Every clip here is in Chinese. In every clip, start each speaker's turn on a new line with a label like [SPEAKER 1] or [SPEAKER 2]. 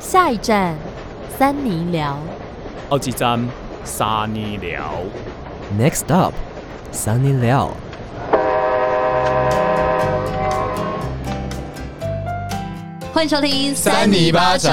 [SPEAKER 1] 下一站，三尼寮。
[SPEAKER 2] 好几站沙尼寮。
[SPEAKER 3] Next up, Sunny Liao。
[SPEAKER 1] 欢迎收听
[SPEAKER 4] 三尼巴掌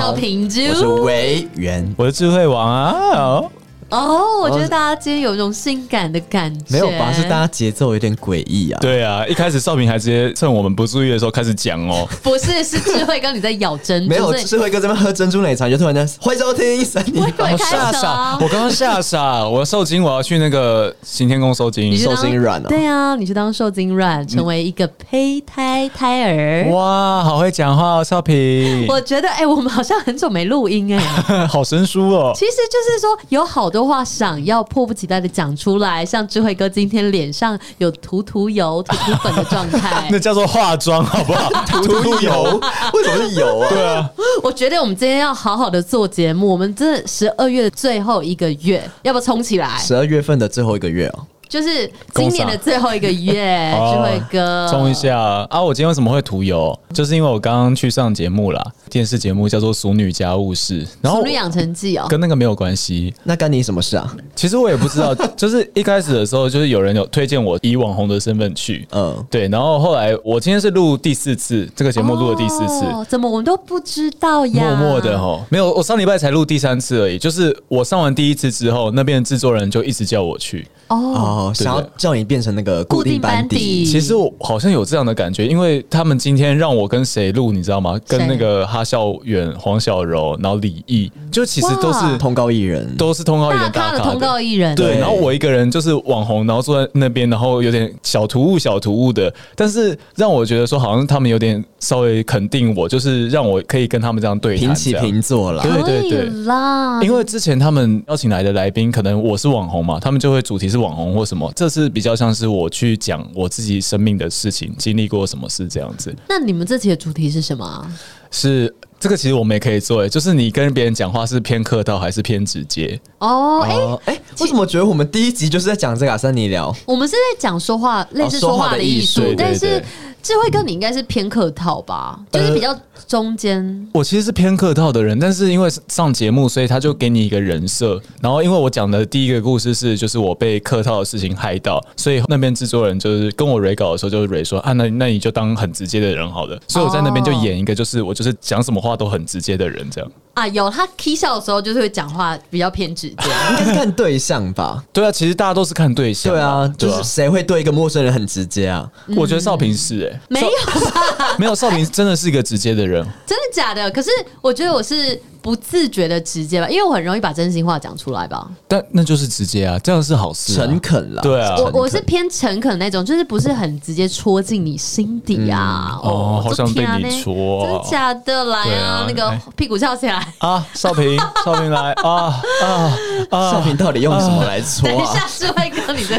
[SPEAKER 1] 我是平珠。
[SPEAKER 4] 我是维园，
[SPEAKER 2] 我是智慧王啊！
[SPEAKER 1] 哦，我觉得大家今天有一种性感的感觉。
[SPEAKER 4] 没有吧？是大家节奏有点诡异啊。
[SPEAKER 2] 对啊，一开始少平还直接趁我们不注意的时候开始讲 哦。
[SPEAKER 1] 不是，是智慧跟你在咬珍珠。
[SPEAKER 4] 没有
[SPEAKER 1] 所以
[SPEAKER 4] 智慧哥这边喝珍珠奶茶，就突然间欢迎收听三
[SPEAKER 1] 我
[SPEAKER 4] 尼
[SPEAKER 1] 以为
[SPEAKER 2] 我
[SPEAKER 1] 开啊始
[SPEAKER 2] 吓傻，
[SPEAKER 4] 啊
[SPEAKER 1] 了
[SPEAKER 2] 我刚刚吓傻，我受惊，我要去那个行天宫收
[SPEAKER 1] 你
[SPEAKER 2] 惊。
[SPEAKER 1] 去当
[SPEAKER 4] 受精卵哦
[SPEAKER 1] 对啊，你去当受精
[SPEAKER 4] 嗯
[SPEAKER 1] 卵，成为一个胚胎胎儿。
[SPEAKER 2] 哇，好会讲话哦，少平，
[SPEAKER 1] 我觉得，哎、我们好像很久没录音哎、
[SPEAKER 2] 好生疏 哦。
[SPEAKER 1] 其实就是说，有好多话想要迫不及待的讲出来，像智慧哥今天脸上有涂涂油、涂涂粉的状 态
[SPEAKER 2] 那。叫做化妆，好 不好？
[SPEAKER 4] 涂涂 油，为什么是油啊？对啊，
[SPEAKER 1] 我觉得我们今天要好好的做节目，我们真的十二月最后一个月，要不要冲起来？
[SPEAKER 4] 十二月份的最后一个月哦，
[SPEAKER 1] 就是今年的最后一个月，智
[SPEAKER 2] 哦
[SPEAKER 1] 慧哥
[SPEAKER 2] 冲一。下啊！我今天为什么会涂油？就是因为我刚刚去上节目啦，电视节目叫做《熟女家务事》，然后
[SPEAKER 1] 熟女养成记哦，
[SPEAKER 2] 跟那个没有关系。
[SPEAKER 4] 那干你什么事啊？
[SPEAKER 2] 其实我也不 知道，就是一开始的时候，就是有人有推荐我以网红的身份去，
[SPEAKER 4] 嗯，
[SPEAKER 2] 对，然后后来我今天是录第四次，这个节目录了第四次。
[SPEAKER 1] 哦，怎么我们都不知道呀？
[SPEAKER 2] 默哦默的哈，没有，我上礼拜才录第三次而已。就是我上完第一次之后，那边的制作人就一直叫我去。
[SPEAKER 1] 哦，
[SPEAKER 4] 哦，想要叫你变成那个
[SPEAKER 1] 固
[SPEAKER 4] 固定
[SPEAKER 1] 定班
[SPEAKER 4] 班
[SPEAKER 1] 底
[SPEAKER 4] 底，
[SPEAKER 2] 其实我好像有这样的感觉，因为他们今天让我跟谁录，你知道吗？
[SPEAKER 1] 谁
[SPEAKER 2] 跟那个哈孝远、黄小柔，然后李毅，就其实都
[SPEAKER 1] 哇
[SPEAKER 2] 是
[SPEAKER 4] 通告艺人，
[SPEAKER 2] 都是通告艺
[SPEAKER 1] 大
[SPEAKER 2] 人
[SPEAKER 1] 咖
[SPEAKER 2] 大
[SPEAKER 1] 的
[SPEAKER 2] 咖
[SPEAKER 1] 通告艺人，
[SPEAKER 2] 对，
[SPEAKER 4] 对
[SPEAKER 2] 然后我一个人就是网红，然后坐在那边，然后有点小突兀、小突兀的，但是让我觉得说，好像他们有点稍微肯定我，就是让我可以跟他们这样对
[SPEAKER 4] 平
[SPEAKER 2] 谈，
[SPEAKER 4] 起
[SPEAKER 2] 这样
[SPEAKER 4] 平坐啦。
[SPEAKER 2] 对
[SPEAKER 1] 可以啦，
[SPEAKER 2] 因为之前他们邀请来的来宾，可能我是网红嘛，他们就会主题是网红或什么。这次比较像是我去讲我自己生命的事情，经历过什么事这样子。
[SPEAKER 1] 那你们这期的主题是什么啊？
[SPEAKER 2] 是这个，其实我们也可以做、欸，就是你跟别人讲话是偏客套还是偏直接？
[SPEAKER 1] 哦，哎、
[SPEAKER 4] 哦，哎，为什么觉得我们第一集就是在讲这个啊？三尼聊，
[SPEAKER 1] 我们是在讲说
[SPEAKER 2] 哦
[SPEAKER 1] 话，类似
[SPEAKER 4] 说
[SPEAKER 1] 说
[SPEAKER 4] 话
[SPEAKER 1] 话
[SPEAKER 4] 的
[SPEAKER 1] 的
[SPEAKER 4] 艺
[SPEAKER 1] 艺术
[SPEAKER 4] 术，
[SPEAKER 2] 对
[SPEAKER 1] 但
[SPEAKER 2] 对
[SPEAKER 1] 是
[SPEAKER 2] 对呃
[SPEAKER 1] 智慧哥你应该是偏客套吧，就是比较中间。
[SPEAKER 2] 我其实是偏客套的人，但是因为上节目，所以他就给你一个人设。然后因为我讲的第一个故事是，就是我被客套的事情害到，所以那边制作人就是跟我蕊稿的时候，就是蕊说啊，那那你就当很直接的人好了。所以我在那边就演一个，就是我就是讲什么话都很直接的人这样。
[SPEAKER 1] 啊，有他 k 笑的时候，就是会讲话比较偏直 接。
[SPEAKER 4] 应该是看对象吧？
[SPEAKER 2] 对啊，其实大家都是看对象
[SPEAKER 4] 对啊，就
[SPEAKER 2] 对
[SPEAKER 4] 是谁会对一个陌生人很直接啊？
[SPEAKER 2] 我觉得少平是哎、
[SPEAKER 1] 没有吧？
[SPEAKER 2] 没有少平真的是一个直接的人，
[SPEAKER 1] 真的假的？可是我觉得我是不自觉的直接吧，因为我很容易把真心话讲出来吧。
[SPEAKER 2] 但那就是直接啊，这样是好事、啊，
[SPEAKER 4] 诚恳啦，
[SPEAKER 2] 对啊
[SPEAKER 1] 我我是偏诚恳那种，就是不是很直接戳进你心底啊。
[SPEAKER 2] 哦好想被
[SPEAKER 1] 这天
[SPEAKER 2] 你
[SPEAKER 1] 啊
[SPEAKER 2] 戳
[SPEAKER 1] 真的假的？来
[SPEAKER 2] 对
[SPEAKER 1] 啊
[SPEAKER 2] 啊，
[SPEAKER 1] 那个
[SPEAKER 2] 哎
[SPEAKER 1] 屁股翘起来。
[SPEAKER 2] 啊，少平，少平来啊 啊
[SPEAKER 4] 少
[SPEAKER 2] 啊！
[SPEAKER 4] 平到底用什么来 戳
[SPEAKER 1] 等一
[SPEAKER 4] 啊？
[SPEAKER 1] 下，智慧哥，你这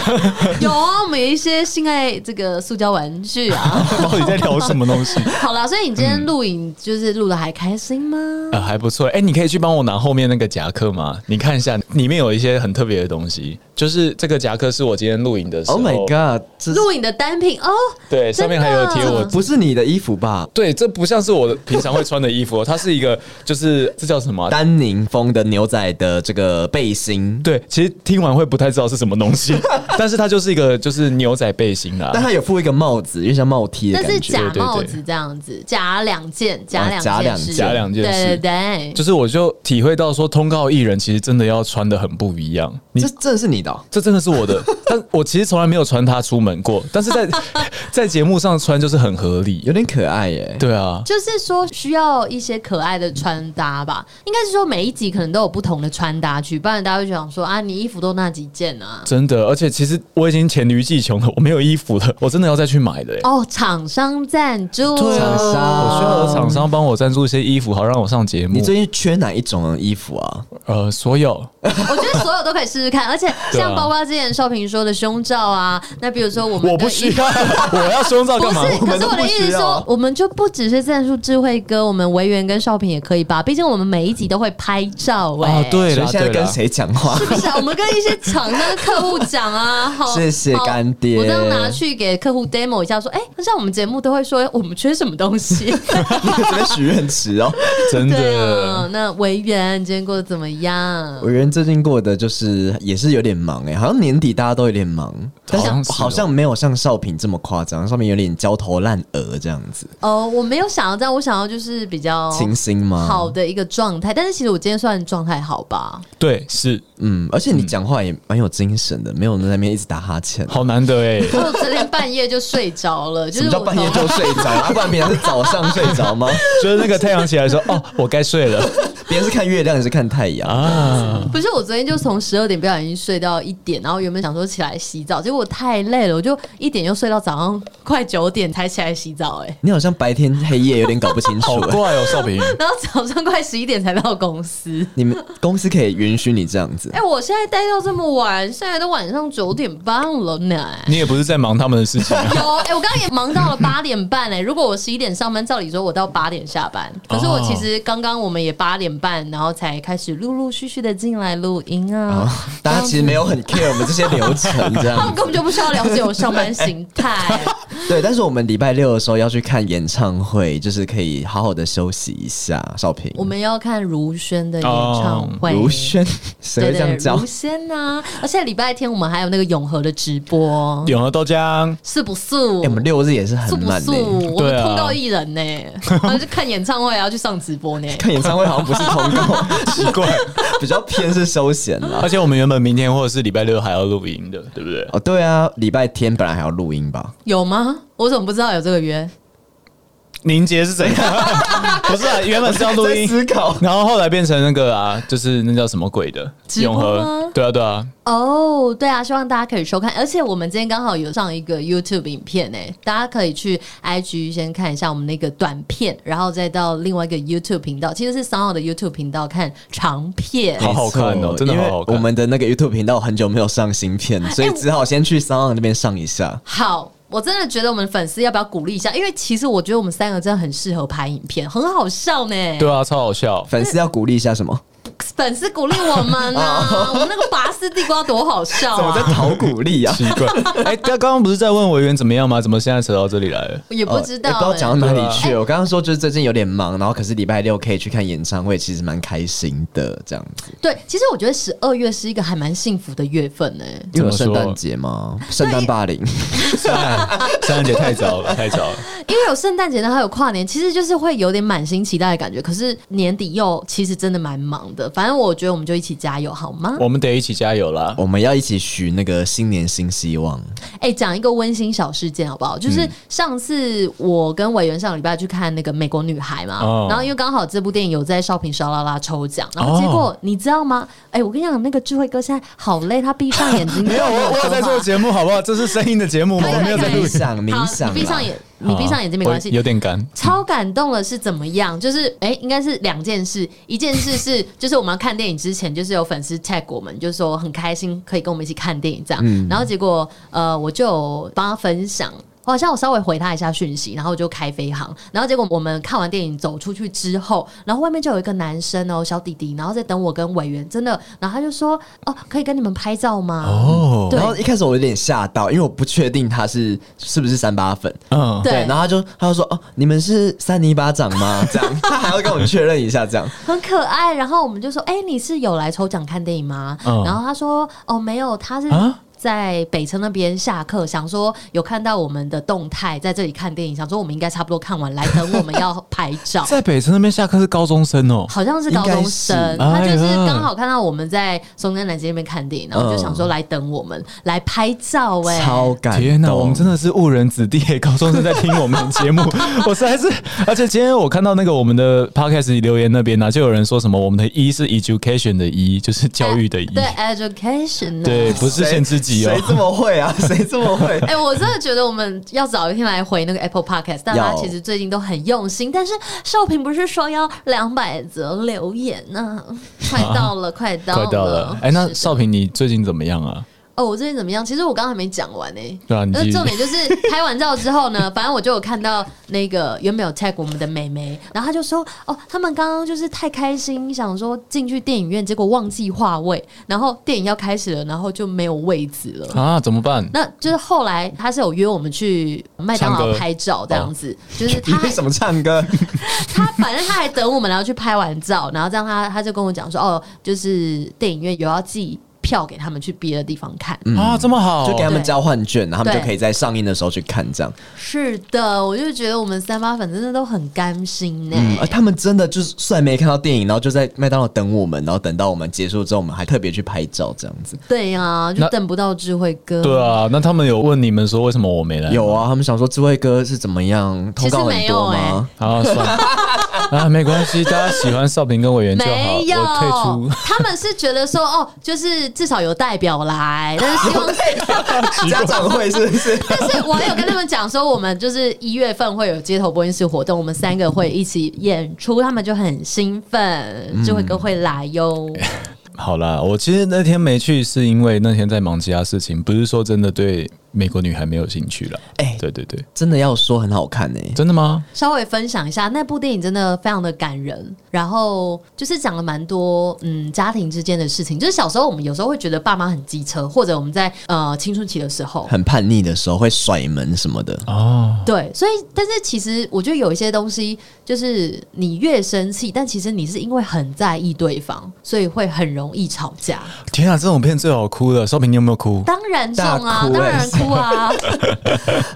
[SPEAKER 1] 有啊？我们有一些性爱这个塑胶玩具啊。
[SPEAKER 2] 到底在聊什么东西？
[SPEAKER 1] 好了，所以你今
[SPEAKER 2] 嗯
[SPEAKER 1] 天录影就是录的还开心吗？
[SPEAKER 2] 呃，还不错。哎、你可以去帮我拿后面那个夹克吗？你看一下，里面有一些很特别的东西。就是这个夹克是我今天录影的时候
[SPEAKER 4] Oh my god！这
[SPEAKER 1] 录影的单品哦，
[SPEAKER 2] 对，上面还有贴我
[SPEAKER 1] 真。
[SPEAKER 4] 不是你的衣服吧？
[SPEAKER 2] 对，这不像是我的平常会穿的衣服哦，它是一个，就是这叫什么啊、
[SPEAKER 4] 丹宁风的牛仔的这个背心，
[SPEAKER 2] 对，其实听完会不太知道是什么东 西，但是它就是一个就是牛仔背心啊啦
[SPEAKER 4] 但。它有附一个帽子，有点像帽 T 的
[SPEAKER 1] 那是
[SPEAKER 4] 感
[SPEAKER 1] 假
[SPEAKER 4] 觉。
[SPEAKER 2] 对对
[SPEAKER 1] 帽子这样子，假两件，假两
[SPEAKER 4] 假
[SPEAKER 1] 件
[SPEAKER 4] 两
[SPEAKER 1] 事，
[SPEAKER 4] 假
[SPEAKER 2] 两件事
[SPEAKER 1] 对对
[SPEAKER 2] 就
[SPEAKER 1] 对。
[SPEAKER 2] 是我就体会到说，通告艺人其实真的要穿的很不一样。你
[SPEAKER 4] 这真的是你的哦、
[SPEAKER 2] 这真的是我的， 但我其实从来没有穿它出门过，但是在 在节目上穿就是很合理。
[SPEAKER 4] 有点可爱耶、
[SPEAKER 2] 对啊，
[SPEAKER 1] 就是说，需要一些可爱的穿搭吧。应该是说，每一集可能都有不同的穿搭去，不然大家会想说啊，你衣服都那几件啊。
[SPEAKER 2] 真的，而且其实我已经黔驴技穷了，我没有衣服了，我真的要再去买的、欸。
[SPEAKER 1] 哦，厂商赞助，
[SPEAKER 4] 厂
[SPEAKER 2] 啊
[SPEAKER 4] 商
[SPEAKER 2] 我需要有厂商帮我赞助一些衣服，好让我上节目。
[SPEAKER 4] 你最近缺哪一种衣服啊？
[SPEAKER 2] 呃，所有
[SPEAKER 1] 我觉得所有都可以试试看，而且
[SPEAKER 2] 对啊
[SPEAKER 1] 像包括之前少平说的胸罩啊，那比如说我们
[SPEAKER 2] 我
[SPEAKER 1] 的
[SPEAKER 2] 不
[SPEAKER 1] 衣
[SPEAKER 2] 需要， 我要胸罩
[SPEAKER 1] 不
[SPEAKER 2] 干嘛？
[SPEAKER 1] 是，可
[SPEAKER 4] 们
[SPEAKER 1] 是
[SPEAKER 4] 都
[SPEAKER 1] 我的
[SPEAKER 4] 不
[SPEAKER 1] 意思
[SPEAKER 4] 需
[SPEAKER 1] 是
[SPEAKER 4] 要
[SPEAKER 1] 说
[SPEAKER 4] 啊，
[SPEAKER 1] 我们就不只是赞助智慧哥，我们维园跟少平也可以吧？毕竟我们每一集都会拍照哎、
[SPEAKER 2] 啊，对
[SPEAKER 4] 所以
[SPEAKER 2] 了，
[SPEAKER 4] 现在
[SPEAKER 2] 对
[SPEAKER 4] 跟
[SPEAKER 2] 了。
[SPEAKER 4] 谁讲 话？
[SPEAKER 1] 是不 是啊、我们跟一些厂商客户讲啊，好，
[SPEAKER 4] 谢谢
[SPEAKER 1] 好
[SPEAKER 4] 干爹
[SPEAKER 1] 哎 我这样拿去给客户 demo 一下，说，哎、像我们节目都会说，我们缺什么东西，
[SPEAKER 4] 这边许愿池哦。
[SPEAKER 2] 真
[SPEAKER 1] 对
[SPEAKER 2] 的。
[SPEAKER 1] 啊，那维园你今天过得怎么样？
[SPEAKER 2] 嗯
[SPEAKER 4] 我人最近过的就是也是有点忙哎、好像年底大家都有点忙，但
[SPEAKER 2] 好像是哦
[SPEAKER 4] 好像没有像少平这么夸张，少平有点焦头烂额这样子，
[SPEAKER 1] 哦，我没有想要这样，我想要就是比较
[SPEAKER 2] 哦
[SPEAKER 4] 清新吗？
[SPEAKER 1] 好，的一个状态。但是其实我今天算状态好 吧？
[SPEAKER 2] 对，是
[SPEAKER 4] 嗯，而且你讲话也蛮有精神的，没有在那边一直打哈欠。
[SPEAKER 2] 好难得 哎、
[SPEAKER 1] 我昨天半夜就睡着了，就
[SPEAKER 4] 什
[SPEAKER 1] 是
[SPEAKER 4] 么叫
[SPEAKER 1] 我
[SPEAKER 4] 半夜
[SPEAKER 1] 从
[SPEAKER 4] 就睡着？啊，不然别人是早上睡着 吗？
[SPEAKER 2] 就是那个太阳起来说，哦，我该睡了
[SPEAKER 4] 别人是看月亮，也是看太阳。
[SPEAKER 2] 啊。
[SPEAKER 1] 不是我昨天就从十二点不小心睡到一点，然后原本想说起来洗澡，结果我太累了，我就一点又睡到早上快九点才起来洗澡、哎，
[SPEAKER 4] 你好像白天黑夜有点搞不清楚欸
[SPEAKER 2] 好。怪 哦，少平，
[SPEAKER 1] 然后早上快十一点才到公司。
[SPEAKER 4] 你们公司可以允许你这样子
[SPEAKER 1] 哎、？我现在待到这么晚，现在都晚上九点半了呢。
[SPEAKER 2] 你也不是在忙他们的事情 啊、
[SPEAKER 1] 有，哎、我刚刚也忙到了八点半哎、如果我十一点上班，照理说我到八点下班，可是我
[SPEAKER 4] 哦
[SPEAKER 1] 其实刚刚我们也八点半，然后才开始陆陆续续的进来录音
[SPEAKER 2] 哎
[SPEAKER 4] 哦
[SPEAKER 1] 啊。
[SPEAKER 4] 大家其实没有很 care 我们这些流程
[SPEAKER 1] 他
[SPEAKER 4] 这
[SPEAKER 1] 们
[SPEAKER 4] 样。
[SPEAKER 1] 根本就不需要了解我上班形态，
[SPEAKER 4] 对，但是我们礼拜六的时候要去看演唱会，就是可以好好的休息一下。少平，
[SPEAKER 1] 我们要看如轩的演唱会。
[SPEAKER 4] 哦如轩，谁
[SPEAKER 1] 对
[SPEAKER 4] 会这
[SPEAKER 1] 对
[SPEAKER 4] 样
[SPEAKER 1] 对，
[SPEAKER 4] 叫
[SPEAKER 1] 如？轩呐、而且礼拜天我们还有那个永和的直播，
[SPEAKER 2] 永和豆浆，
[SPEAKER 1] 是不是？
[SPEAKER 4] 哎、我们六日也是
[SPEAKER 1] 是
[SPEAKER 4] 很
[SPEAKER 1] 不
[SPEAKER 4] 慢
[SPEAKER 1] 是？
[SPEAKER 4] 的、
[SPEAKER 1] 我们
[SPEAKER 2] 对啊
[SPEAKER 1] 通告艺 人呢、然后就看演唱会，还啊要去上直播呢、
[SPEAKER 4] 看演唱会好像不是通告，奇怪，比较偏是休闲啦。
[SPEAKER 2] 而且我们原本明天或者是礼拜六还要录音的，对不对？
[SPEAKER 4] 哦，对啊，礼拜天本来还要录音吧？
[SPEAKER 1] 有吗？我怎么不知道有这个约？
[SPEAKER 2] 凝结是怎 样？不是啊，原本是要录
[SPEAKER 4] 在
[SPEAKER 2] 音，
[SPEAKER 4] 思考。
[SPEAKER 2] 然后后来变成那个啊，就是那叫什么鬼的
[SPEAKER 1] 直播
[SPEAKER 2] 永
[SPEAKER 1] 吗
[SPEAKER 2] 和，对啊对啊，
[SPEAKER 1] 哦对啊，希望大家可以收看，而且我们今天刚好有上一个 YouTube 影片呢，大家可以去 IG 先看一下我们那个短片，然后再到另外一个 YouTube 频道，其实是三奥的 YouTube 频道看长片。
[SPEAKER 2] 好好看哦
[SPEAKER 4] 没错
[SPEAKER 2] 真的好好看
[SPEAKER 4] 因为我们的那个 YouTube 频道很久没有上新片，
[SPEAKER 1] 哎
[SPEAKER 4] 所以只好先去 s o n 那边上一下。
[SPEAKER 1] 好，我真的觉得我们粉丝要不要鼓励一下？因为其实我觉得我们三个真的很适合拍影片，很好笑呢。
[SPEAKER 2] 对啊，超好笑。
[SPEAKER 4] 粉丝要鼓励一下什么？
[SPEAKER 1] 粉丝鼓励我们呢、啊 我们那个拔丝地瓜多好笑
[SPEAKER 4] 怎么在
[SPEAKER 1] 啊！
[SPEAKER 4] 讨鼓励 啊？
[SPEAKER 2] 奇 怪，哎，他刚刚不是在问委员怎么样吗？怎么现在扯到这里来了？
[SPEAKER 1] 也不知道、
[SPEAKER 4] 哦也
[SPEAKER 1] 欸
[SPEAKER 4] 不知道讲到哪里去。
[SPEAKER 1] 哎
[SPEAKER 4] 我刚刚说就是最近有点忙，然后可是礼拜六可以去看演唱会，其实蛮开心的这样子。
[SPEAKER 1] 对，其实我觉得十二月是一个还蛮幸福的月份呢、
[SPEAKER 4] 因为有
[SPEAKER 2] 怎
[SPEAKER 4] 圣
[SPEAKER 2] 么说
[SPEAKER 4] 诞节吗？圣诞霸凌，
[SPEAKER 2] 圣诞圣诞节太 早了，太早了。
[SPEAKER 1] 因为有圣诞节，然后还有跨年，其实就是会有点满心期待的感觉。可是年底又其实真的蛮忙的，反正我觉得我们就一起加油好吗？
[SPEAKER 2] 我们得一起加油啦！
[SPEAKER 4] 我们要一起许那个新年新希望。
[SPEAKER 1] 哎、讲一个温馨小事件好不好？
[SPEAKER 2] 嗯
[SPEAKER 1] 就是上次我跟委员上礼拜去看那个《美国女孩》嘛，
[SPEAKER 2] 哦
[SPEAKER 1] 然后因为刚好这部电影有在少平沙啦啦抽奖，然后结果、你知道吗？哎、我跟你讲，那个智慧哥现在好累，他闭上眼睛
[SPEAKER 2] 没有，我我有在做节目，好不好？这是声音的节目，
[SPEAKER 1] 可以
[SPEAKER 2] 我没有在
[SPEAKER 1] 可以
[SPEAKER 2] 录
[SPEAKER 4] 冥
[SPEAKER 1] 可以。
[SPEAKER 4] 想冥
[SPEAKER 1] 好，
[SPEAKER 4] 想啊啦，
[SPEAKER 1] 你闭上眼，你闭上眼睛没关系
[SPEAKER 2] 我。有点干。
[SPEAKER 1] 超感动的是怎么样？就是哎、诶应该是两件事，一件事是 就是我们要看电影之前，就是有粉丝 tag 我们，就是说很开心可以跟我们一起看电影这样。然后结果呃，我就有帮他分享。我好像我稍微回他一下讯息，然后我就开飞航，然后结果我们看完电影走出去之后，然后外面就有一个男生哦，小弟弟，然后在等我跟委员，真的，然后他就说哦，可以跟你们拍照吗？
[SPEAKER 2] 哦，
[SPEAKER 1] 对
[SPEAKER 4] 然后一开始我有点吓到，因为我不确定他是是不是三八粉。
[SPEAKER 2] 嗯，
[SPEAKER 1] 对
[SPEAKER 4] 对，然后他就他就说哦，你们是三泥巴掌 吗？这样，他还要跟我们确认一下，这样。
[SPEAKER 1] 很可爱。然后我们就说：“哎、你是有来抽奖看电影吗？”
[SPEAKER 2] 嗯
[SPEAKER 1] 然后他说：“哦，没有，他是
[SPEAKER 2] 啊
[SPEAKER 1] 在北城那边下课，想说有看到我们的动态，在这里看电影，想说我们应该差不多看完，来等我们要拍 照。”
[SPEAKER 2] 在北城那边下课是高中生哦，
[SPEAKER 1] 好像是高中生，
[SPEAKER 2] 该是
[SPEAKER 4] 应
[SPEAKER 1] 他就是
[SPEAKER 2] 哎呀
[SPEAKER 1] 刚好看到我们在松江南街那边看电影，然
[SPEAKER 2] 嗯
[SPEAKER 1] 后就想说来等我们、来拍照、哎，
[SPEAKER 4] 超感动！
[SPEAKER 2] 天哪，我们真的是误人子弟耶， 高中生在听我们的节目，我实在是，而且今天我看到那个我们的 podcast 留言那边呢、就有人说什么我们的“一”是 education 的“一”，就是教育的“一
[SPEAKER 1] 对 education 呢
[SPEAKER 2] 对不是限制级哦
[SPEAKER 4] 谁这么会啊？谁这么 会？
[SPEAKER 1] 哎、我真的觉得我们要早一天来回那个 Apple Podcast，大家其实最近都很用心，但是少平不是说要两百则留言呢、快到了，快到了，
[SPEAKER 2] 快到了，哎，那
[SPEAKER 1] 是
[SPEAKER 2] 少平你最近怎么样啊？
[SPEAKER 1] 哦，我最近怎么样？其实我刚刚还没讲完呢、
[SPEAKER 2] 对啊你
[SPEAKER 1] 那
[SPEAKER 2] 继续
[SPEAKER 1] 重点就是拍完照之后呢，反正我就有看到那个原本有 tag 我们的美眉，然后她就说：“哦，他们刚刚就是太开心，想说进去电影院，结果忘记划位，然后电影要开始了，然后就没有位子了。”
[SPEAKER 2] 啊，怎么办？
[SPEAKER 1] 那就是后来他是有约我们去麦当
[SPEAKER 2] 唱
[SPEAKER 1] 劳
[SPEAKER 2] 歌哦
[SPEAKER 1] 拍照这样子，就是
[SPEAKER 4] 你
[SPEAKER 1] 他还
[SPEAKER 4] 为什么唱歌？
[SPEAKER 1] 他反正他还等我们，然后去拍完照，然后这样他他就跟我讲说，哦，就是电影院有要寄票给他们去别的地方看。
[SPEAKER 2] 啊，这么好，
[SPEAKER 4] 就给他们交换券，然后他
[SPEAKER 1] 哦
[SPEAKER 4] 们
[SPEAKER 1] 对
[SPEAKER 4] 就可以在上映的时候去看这样。
[SPEAKER 1] 是的，我就觉得我们三八粉真的都很甘心欸呢、
[SPEAKER 4] 嗯，而他们真的就是虽然没看到电影，然后就在麦当劳等我们，然后等到我们结束之后，我们还特别去拍照这样子。
[SPEAKER 1] 对呀、就
[SPEAKER 2] 那
[SPEAKER 1] 等不到智慧哥。
[SPEAKER 2] 对啊，那他们有问你们说为什么我没来？
[SPEAKER 4] 有啊，他们想说智慧哥是怎么样，
[SPEAKER 1] 其
[SPEAKER 4] 通
[SPEAKER 1] 实
[SPEAKER 4] 告
[SPEAKER 1] 没
[SPEAKER 4] 很
[SPEAKER 1] 有
[SPEAKER 4] 多
[SPEAKER 1] 欸
[SPEAKER 4] 吗？
[SPEAKER 2] 啊，算了 啊，没关系，大家喜欢少平跟委员就好，
[SPEAKER 1] 没有，
[SPEAKER 2] 我退出。
[SPEAKER 1] 他们是觉得说哦，就是至少有代表来，但是希望欸
[SPEAKER 4] 家长会是不是？
[SPEAKER 1] 但是我有跟他们讲说，我们就是一月份会有街头播音室活动，我们三个会一起演出，他们就很兴奋，智慧哥会来哟。
[SPEAKER 2] 好啦，我其实那天没去，是因为那天在忙其他事情，不是说真的对美国女孩没有兴趣了。
[SPEAKER 4] 哎
[SPEAKER 2] 对对对，
[SPEAKER 4] 真的要说很好看呢、欸
[SPEAKER 2] 真的吗？
[SPEAKER 1] 稍微分享一下，那部电影真的非常的感人，然后就是讲了蛮多嗯家庭之间的事情，就是小时候我们有时候会觉得爸妈很机车，或者我们在呃青春期的时 候，
[SPEAKER 4] 很叛逆的时候会甩门什么的，
[SPEAKER 2] 哦，
[SPEAKER 1] 对，所以但是其实我觉得有一些东西，就是你越生气，但其实你是因为很在意对方，所以会很容易吵架。
[SPEAKER 2] 天啊，这种片最好哭了。少平，你有没有哭？
[SPEAKER 1] 当然中啊，
[SPEAKER 4] 大哭
[SPEAKER 1] 当
[SPEAKER 4] 欸
[SPEAKER 1] 然哭啊，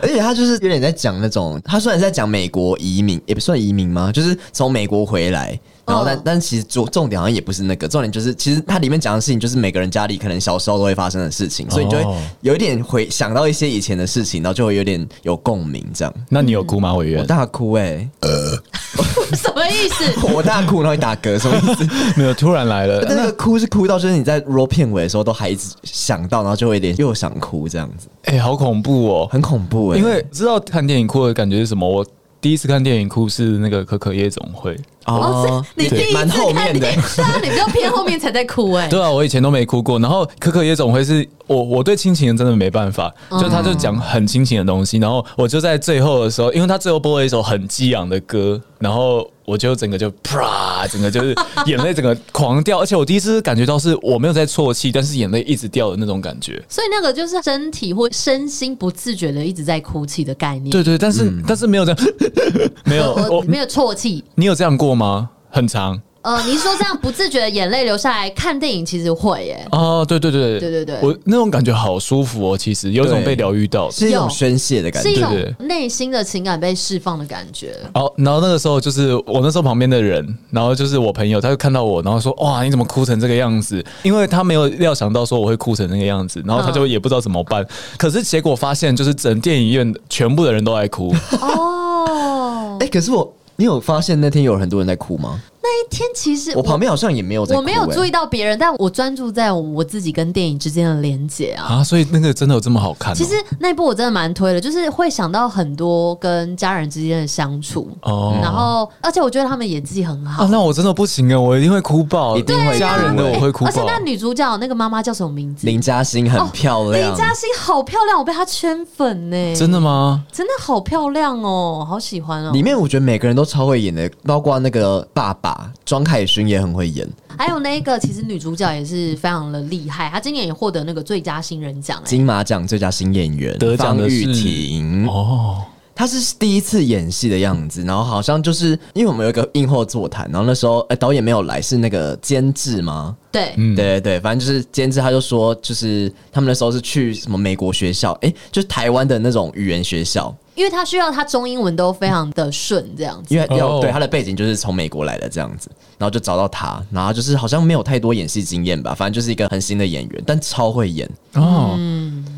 [SPEAKER 4] 而且他就是有点在讲那种，他虽然在讲美国移民，也不算移民吗？就是从美国回来，然后但、
[SPEAKER 1] 嗯
[SPEAKER 4] 但其实重重点好像也不是那个，重点就是其实它里面讲的事情就是每个人家里可能小时候都会发生的事情，所以你就
[SPEAKER 2] 哦
[SPEAKER 4] 会有一点回想到一些以前的事情，然后就会有点有共鸣这样。
[SPEAKER 2] 那你有哭吗，委
[SPEAKER 4] 我
[SPEAKER 2] 员？
[SPEAKER 4] 大哭哎、
[SPEAKER 1] 什么意思？
[SPEAKER 4] 我大哭，然后一打嗝，什么 意
[SPEAKER 1] 啊
[SPEAKER 4] 思？
[SPEAKER 2] 没有，突然来了。
[SPEAKER 4] 那个哭是哭到，就是你在 roll 片尾的时候都还一直想到，然后就会有点又想哭这样子，
[SPEAKER 2] 哎、好恐怖哦！
[SPEAKER 4] 很恐怖哎、
[SPEAKER 2] 因为知道看电影哭的感觉是什么？我第一次看电影哭是那个可可夜总会。
[SPEAKER 1] 哦，是你第一次
[SPEAKER 4] 蛮后面的、
[SPEAKER 1] 看电影对啊，你不要偏后面才在哭 哎、
[SPEAKER 2] 对啊，我以前都没哭过。然后可可夜总会是我我对亲情真的没办法，
[SPEAKER 1] 嗯
[SPEAKER 2] 就他就讲很亲情的东西，然后我就在最后的时候，因为他最后播了一首很激昂的歌，然后。我就整个就啪，整个就是 眼泪整个狂掉，而且我第一次感觉到是我没有在啜泣，但是眼泪一直掉的那种感觉。
[SPEAKER 1] 所以那个就是身体或身心不自觉的一直在哭泣的概念。
[SPEAKER 2] 对对，但是、但是没有这样， 没有
[SPEAKER 1] 我
[SPEAKER 4] 哦
[SPEAKER 2] 我
[SPEAKER 1] 没有啜泣。
[SPEAKER 2] 你有这样过吗？很长
[SPEAKER 1] 呃，你是说这样不自觉的眼泪流下来，看电影其实会哎耶、
[SPEAKER 2] 哦，对对对
[SPEAKER 1] 对对对
[SPEAKER 2] 我那种感觉好舒服哦，其实有一种被疗愈到的。
[SPEAKER 4] 是一种宣泄的感
[SPEAKER 1] 是
[SPEAKER 4] 觉
[SPEAKER 1] 一。种
[SPEAKER 2] 对对
[SPEAKER 1] 内心的情感被释放的感 觉。
[SPEAKER 2] 哦，然后那个时候就是我那时候旁边的人，然后就是我朋友，他就看到我，然后说：“哇，你怎么哭成这个样子？”因为他没有料想到说我会哭成那个样子，然后他就也不知道怎么办。 可是结果发现，就是整电影院全部的人都在哭，
[SPEAKER 1] 哦，
[SPEAKER 4] 哎、可是我，你有发现那天有很多人在哭吗？
[SPEAKER 1] 那一天其实
[SPEAKER 4] 我旁边好像也没有在
[SPEAKER 1] 呃我
[SPEAKER 4] 哭、
[SPEAKER 1] 没有注意
[SPEAKER 4] 哎。
[SPEAKER 1] 到别人，但我专注在我自己跟电影之间的连接啊。
[SPEAKER 2] 啊！所以那个真的有这么好看、哦？
[SPEAKER 1] 其实那一部我真的蛮推的，就是会想到很多跟家人之间的相处，
[SPEAKER 2] 哦
[SPEAKER 1] 然后而且我觉得他们演技很好。
[SPEAKER 2] 啊，那我真的不行啊，我一定会哭爆，
[SPEAKER 4] 一定会
[SPEAKER 2] 家人的我会哭
[SPEAKER 1] 而且
[SPEAKER 2] 爆。
[SPEAKER 1] 那女主角那个妈妈叫什么名字？
[SPEAKER 4] 林嘉欣嗯很漂亮，
[SPEAKER 1] 林嘉欣好漂亮，我被她圈粉呢、
[SPEAKER 2] 真的吗？
[SPEAKER 1] 真的好漂亮哦，好喜欢哦。
[SPEAKER 4] 里面我觉得每个人都超会演的，包括那个爸爸庄凯勋也很会演，
[SPEAKER 1] 还有那一个，其实女主角也是非常的厉害，她今年也获得那个最佳新人奖、哎，
[SPEAKER 4] 金马奖最佳新演员
[SPEAKER 2] 得奖
[SPEAKER 4] 方
[SPEAKER 2] 的是
[SPEAKER 4] 玉婷，
[SPEAKER 2] 哦，
[SPEAKER 4] 她是第一次演戏的样子，然后好像就是因为我们有一个映后座谈，然后那时候哎、导演没有来，是那个监制吗？
[SPEAKER 1] 对，
[SPEAKER 2] 嗯
[SPEAKER 4] 对对对，反正就是监制他就说，就是他们那时候是去什么美国学校，哎、就是台湾的那种语言学校，
[SPEAKER 1] 因为她需要她中英文都非常的顺，这样子。
[SPEAKER 4] 因为要、
[SPEAKER 2] 哦
[SPEAKER 4] 对他的背景就是从美国来的这样子，然后就找到他，然后就是好像没有太多演戏经验吧，反正就是一个很新的演员，但超会演，
[SPEAKER 2] 哦，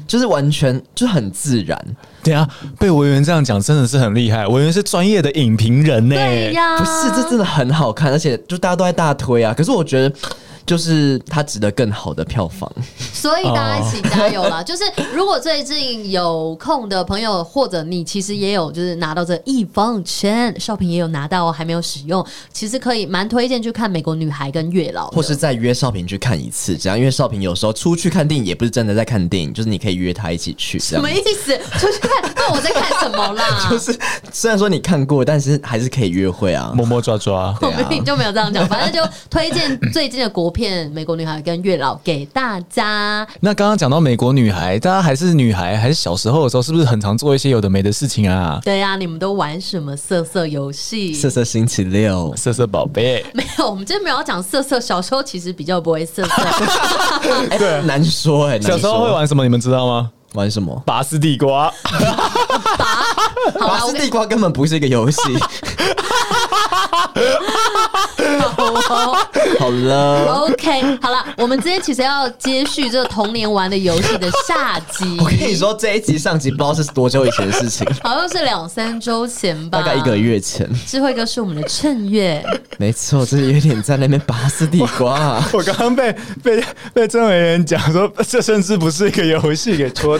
[SPEAKER 4] 就是完全就很自然，
[SPEAKER 2] 等一下被文员这样讲真的是很厉害，文员是专业的影评人呢、
[SPEAKER 1] 对呀，
[SPEAKER 4] 不是，这真的很好看，而且就大家都在大推啊。可是我觉得，就是它值得更好的票房。
[SPEAKER 1] 所以大家一起加油
[SPEAKER 4] 哦
[SPEAKER 1] 啦！就是如果最近有空的朋友，或者你其实也有就是拿到这一方圈，少平也有拿到哦，还没有使用，其实可以蛮推荐去看《美国女孩》跟《月老》的，
[SPEAKER 4] 或是再约少平去看一次，这样，因为少平有时候出去看电影也不是真的在看电影，就是你可以约他一起去，这
[SPEAKER 1] 什
[SPEAKER 4] 样
[SPEAKER 1] 么。意思？出去看，那我在看什么啦？
[SPEAKER 4] 就是虽然说你看过，但是还是可以约会啊。
[SPEAKER 2] 摸摸抓抓，
[SPEAKER 1] 我明明就没有这样讲，反正就推荐最近的国片《美国女孩》跟《月老》给大家。
[SPEAKER 2] 那刚刚讲到美国女孩，大家还是女孩，还是小时候的时候，是不是很常做一些有的没的事情啊？
[SPEAKER 1] 对呀、你们都玩什么色色游戏？
[SPEAKER 4] 色色星期六，
[SPEAKER 2] 色色宝贝，
[SPEAKER 1] 没有，我们今天没有要讲色色。小时候其实比较不会色 色，
[SPEAKER 4] 对，难说哎、难说
[SPEAKER 2] 小时候会玩什么？你们知道吗？
[SPEAKER 4] 玩什么？
[SPEAKER 2] 拔丝地瓜，
[SPEAKER 1] 好
[SPEAKER 4] 拔
[SPEAKER 1] 啦，我
[SPEAKER 4] 丝
[SPEAKER 1] 跟
[SPEAKER 4] 地瓜根本不是一个 游戏。好了，
[SPEAKER 1] OK，好了，我们今天其实要接续这个童年玩的游戏的下集
[SPEAKER 4] 我，跟你说，这一集上集不知道是多久以前的事情，
[SPEAKER 1] 好像是两三周前吧，
[SPEAKER 4] 大概一个。月前。
[SPEAKER 1] 智慧哥是我们的趁月，
[SPEAKER 4] 没错，就是有点在那边拔丝地瓜、 啊。
[SPEAKER 2] 我刚刚被被被郑委员讲说，这甚至不是一个游戏给戳到。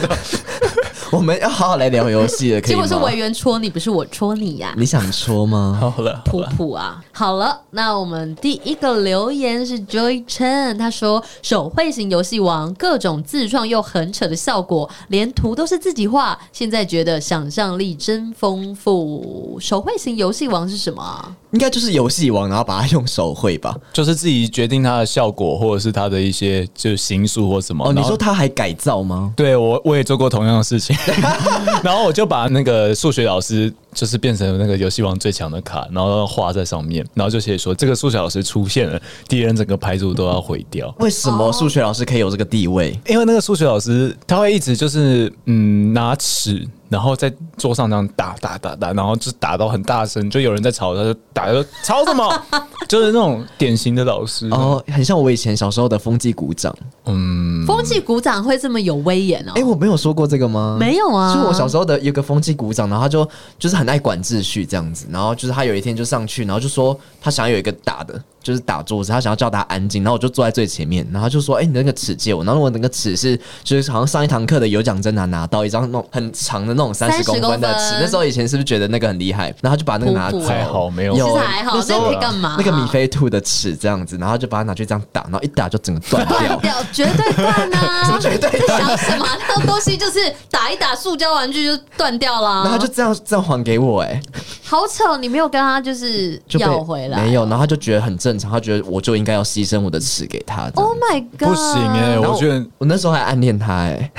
[SPEAKER 4] 我们要好好来聊游戏了，可以
[SPEAKER 1] 结
[SPEAKER 4] 吗？嗯
[SPEAKER 1] 果是委员戳你，不是我戳你呀、
[SPEAKER 4] 你想说吗？
[SPEAKER 2] 好了，
[SPEAKER 1] 普普啊，好了，那我们第一个留言是 Joy Chen，他说手绘型游戏王各种自创又很扯的效果，连图都是自己画，现在觉得想象力真丰富。手绘型游戏王是什么啊？
[SPEAKER 4] 应该就是游戏王，然后把它用手绘吧。
[SPEAKER 2] 就是自己决定它的效果，或者是它的一些就是形数或什么。
[SPEAKER 4] 哦，你
[SPEAKER 2] 然后
[SPEAKER 4] 说他还改造吗？
[SPEAKER 2] 对我，我也做过同样的事情， 然后我就把那个数学老师就是变成那个游戏王最强的卡，然后画在上面，然后就写说这个数学老师出现了，敌人整个牌组都要毁掉。
[SPEAKER 4] 为什
[SPEAKER 1] 哦
[SPEAKER 4] 么数学老师可以有这个地位？
[SPEAKER 2] 因为那个数学老师他会一直就是嗯拿尺，然后在桌上这样打打打打，然后就打到很大声，就有人在吵，他就打就吵什 么，就是那种典型的老
[SPEAKER 1] 嗯
[SPEAKER 2] 师。哦，
[SPEAKER 4] 哦，很像我以前小时候的风纪鼓掌。嗯
[SPEAKER 2] 嗯
[SPEAKER 1] 风纪鼓掌会这么有威严哦？
[SPEAKER 4] 哎、我没有说过这个吗？
[SPEAKER 1] 没有啊
[SPEAKER 4] 就我小时候的有个风纪鼓掌，然后他就就是很爱管秩序这样子，然后就是他有一天就上去，然后就说他想要有一个打的，就是打桌子，他想要叫大家安静，然后我就坐在最前面，然后他就说：“哎、你那个尺借我。”然后我那个尺是就是好像上一堂课的有奖征拿拿到一张那种很长的那种三十
[SPEAKER 1] 30
[SPEAKER 4] 公分的尺
[SPEAKER 1] 公，分
[SPEAKER 4] 那时候以前是不是觉得那个很厉害？然后他就把那个拿
[SPEAKER 1] 普
[SPEAKER 4] 走
[SPEAKER 1] 普，
[SPEAKER 2] 还好没有
[SPEAKER 1] 其
[SPEAKER 4] 有
[SPEAKER 1] 实还好，
[SPEAKER 4] 那时
[SPEAKER 1] 这
[SPEAKER 4] 候
[SPEAKER 1] 可以干嘛啊、
[SPEAKER 4] 那个米菲兔的尺这样子，然后就把它拿去这样打，然后一打就整个断
[SPEAKER 1] 断
[SPEAKER 4] 掉。
[SPEAKER 1] 掉，绝对断 啊！
[SPEAKER 4] 绝对
[SPEAKER 1] 在想什么啊？那种东西就是打一打塑胶玩具就断掉啦。
[SPEAKER 4] 然后他就这样这样还给我哎、
[SPEAKER 1] 好丑，你没有跟他就是
[SPEAKER 4] 就被
[SPEAKER 1] 要回来，
[SPEAKER 4] 没有，然后他就觉得很正常，他觉得我就应该要牺牲我的尺给他。这样
[SPEAKER 1] Oh my god！
[SPEAKER 2] 不行哎、
[SPEAKER 4] 然后
[SPEAKER 2] 我觉得
[SPEAKER 4] 我那时候还暗恋他哎、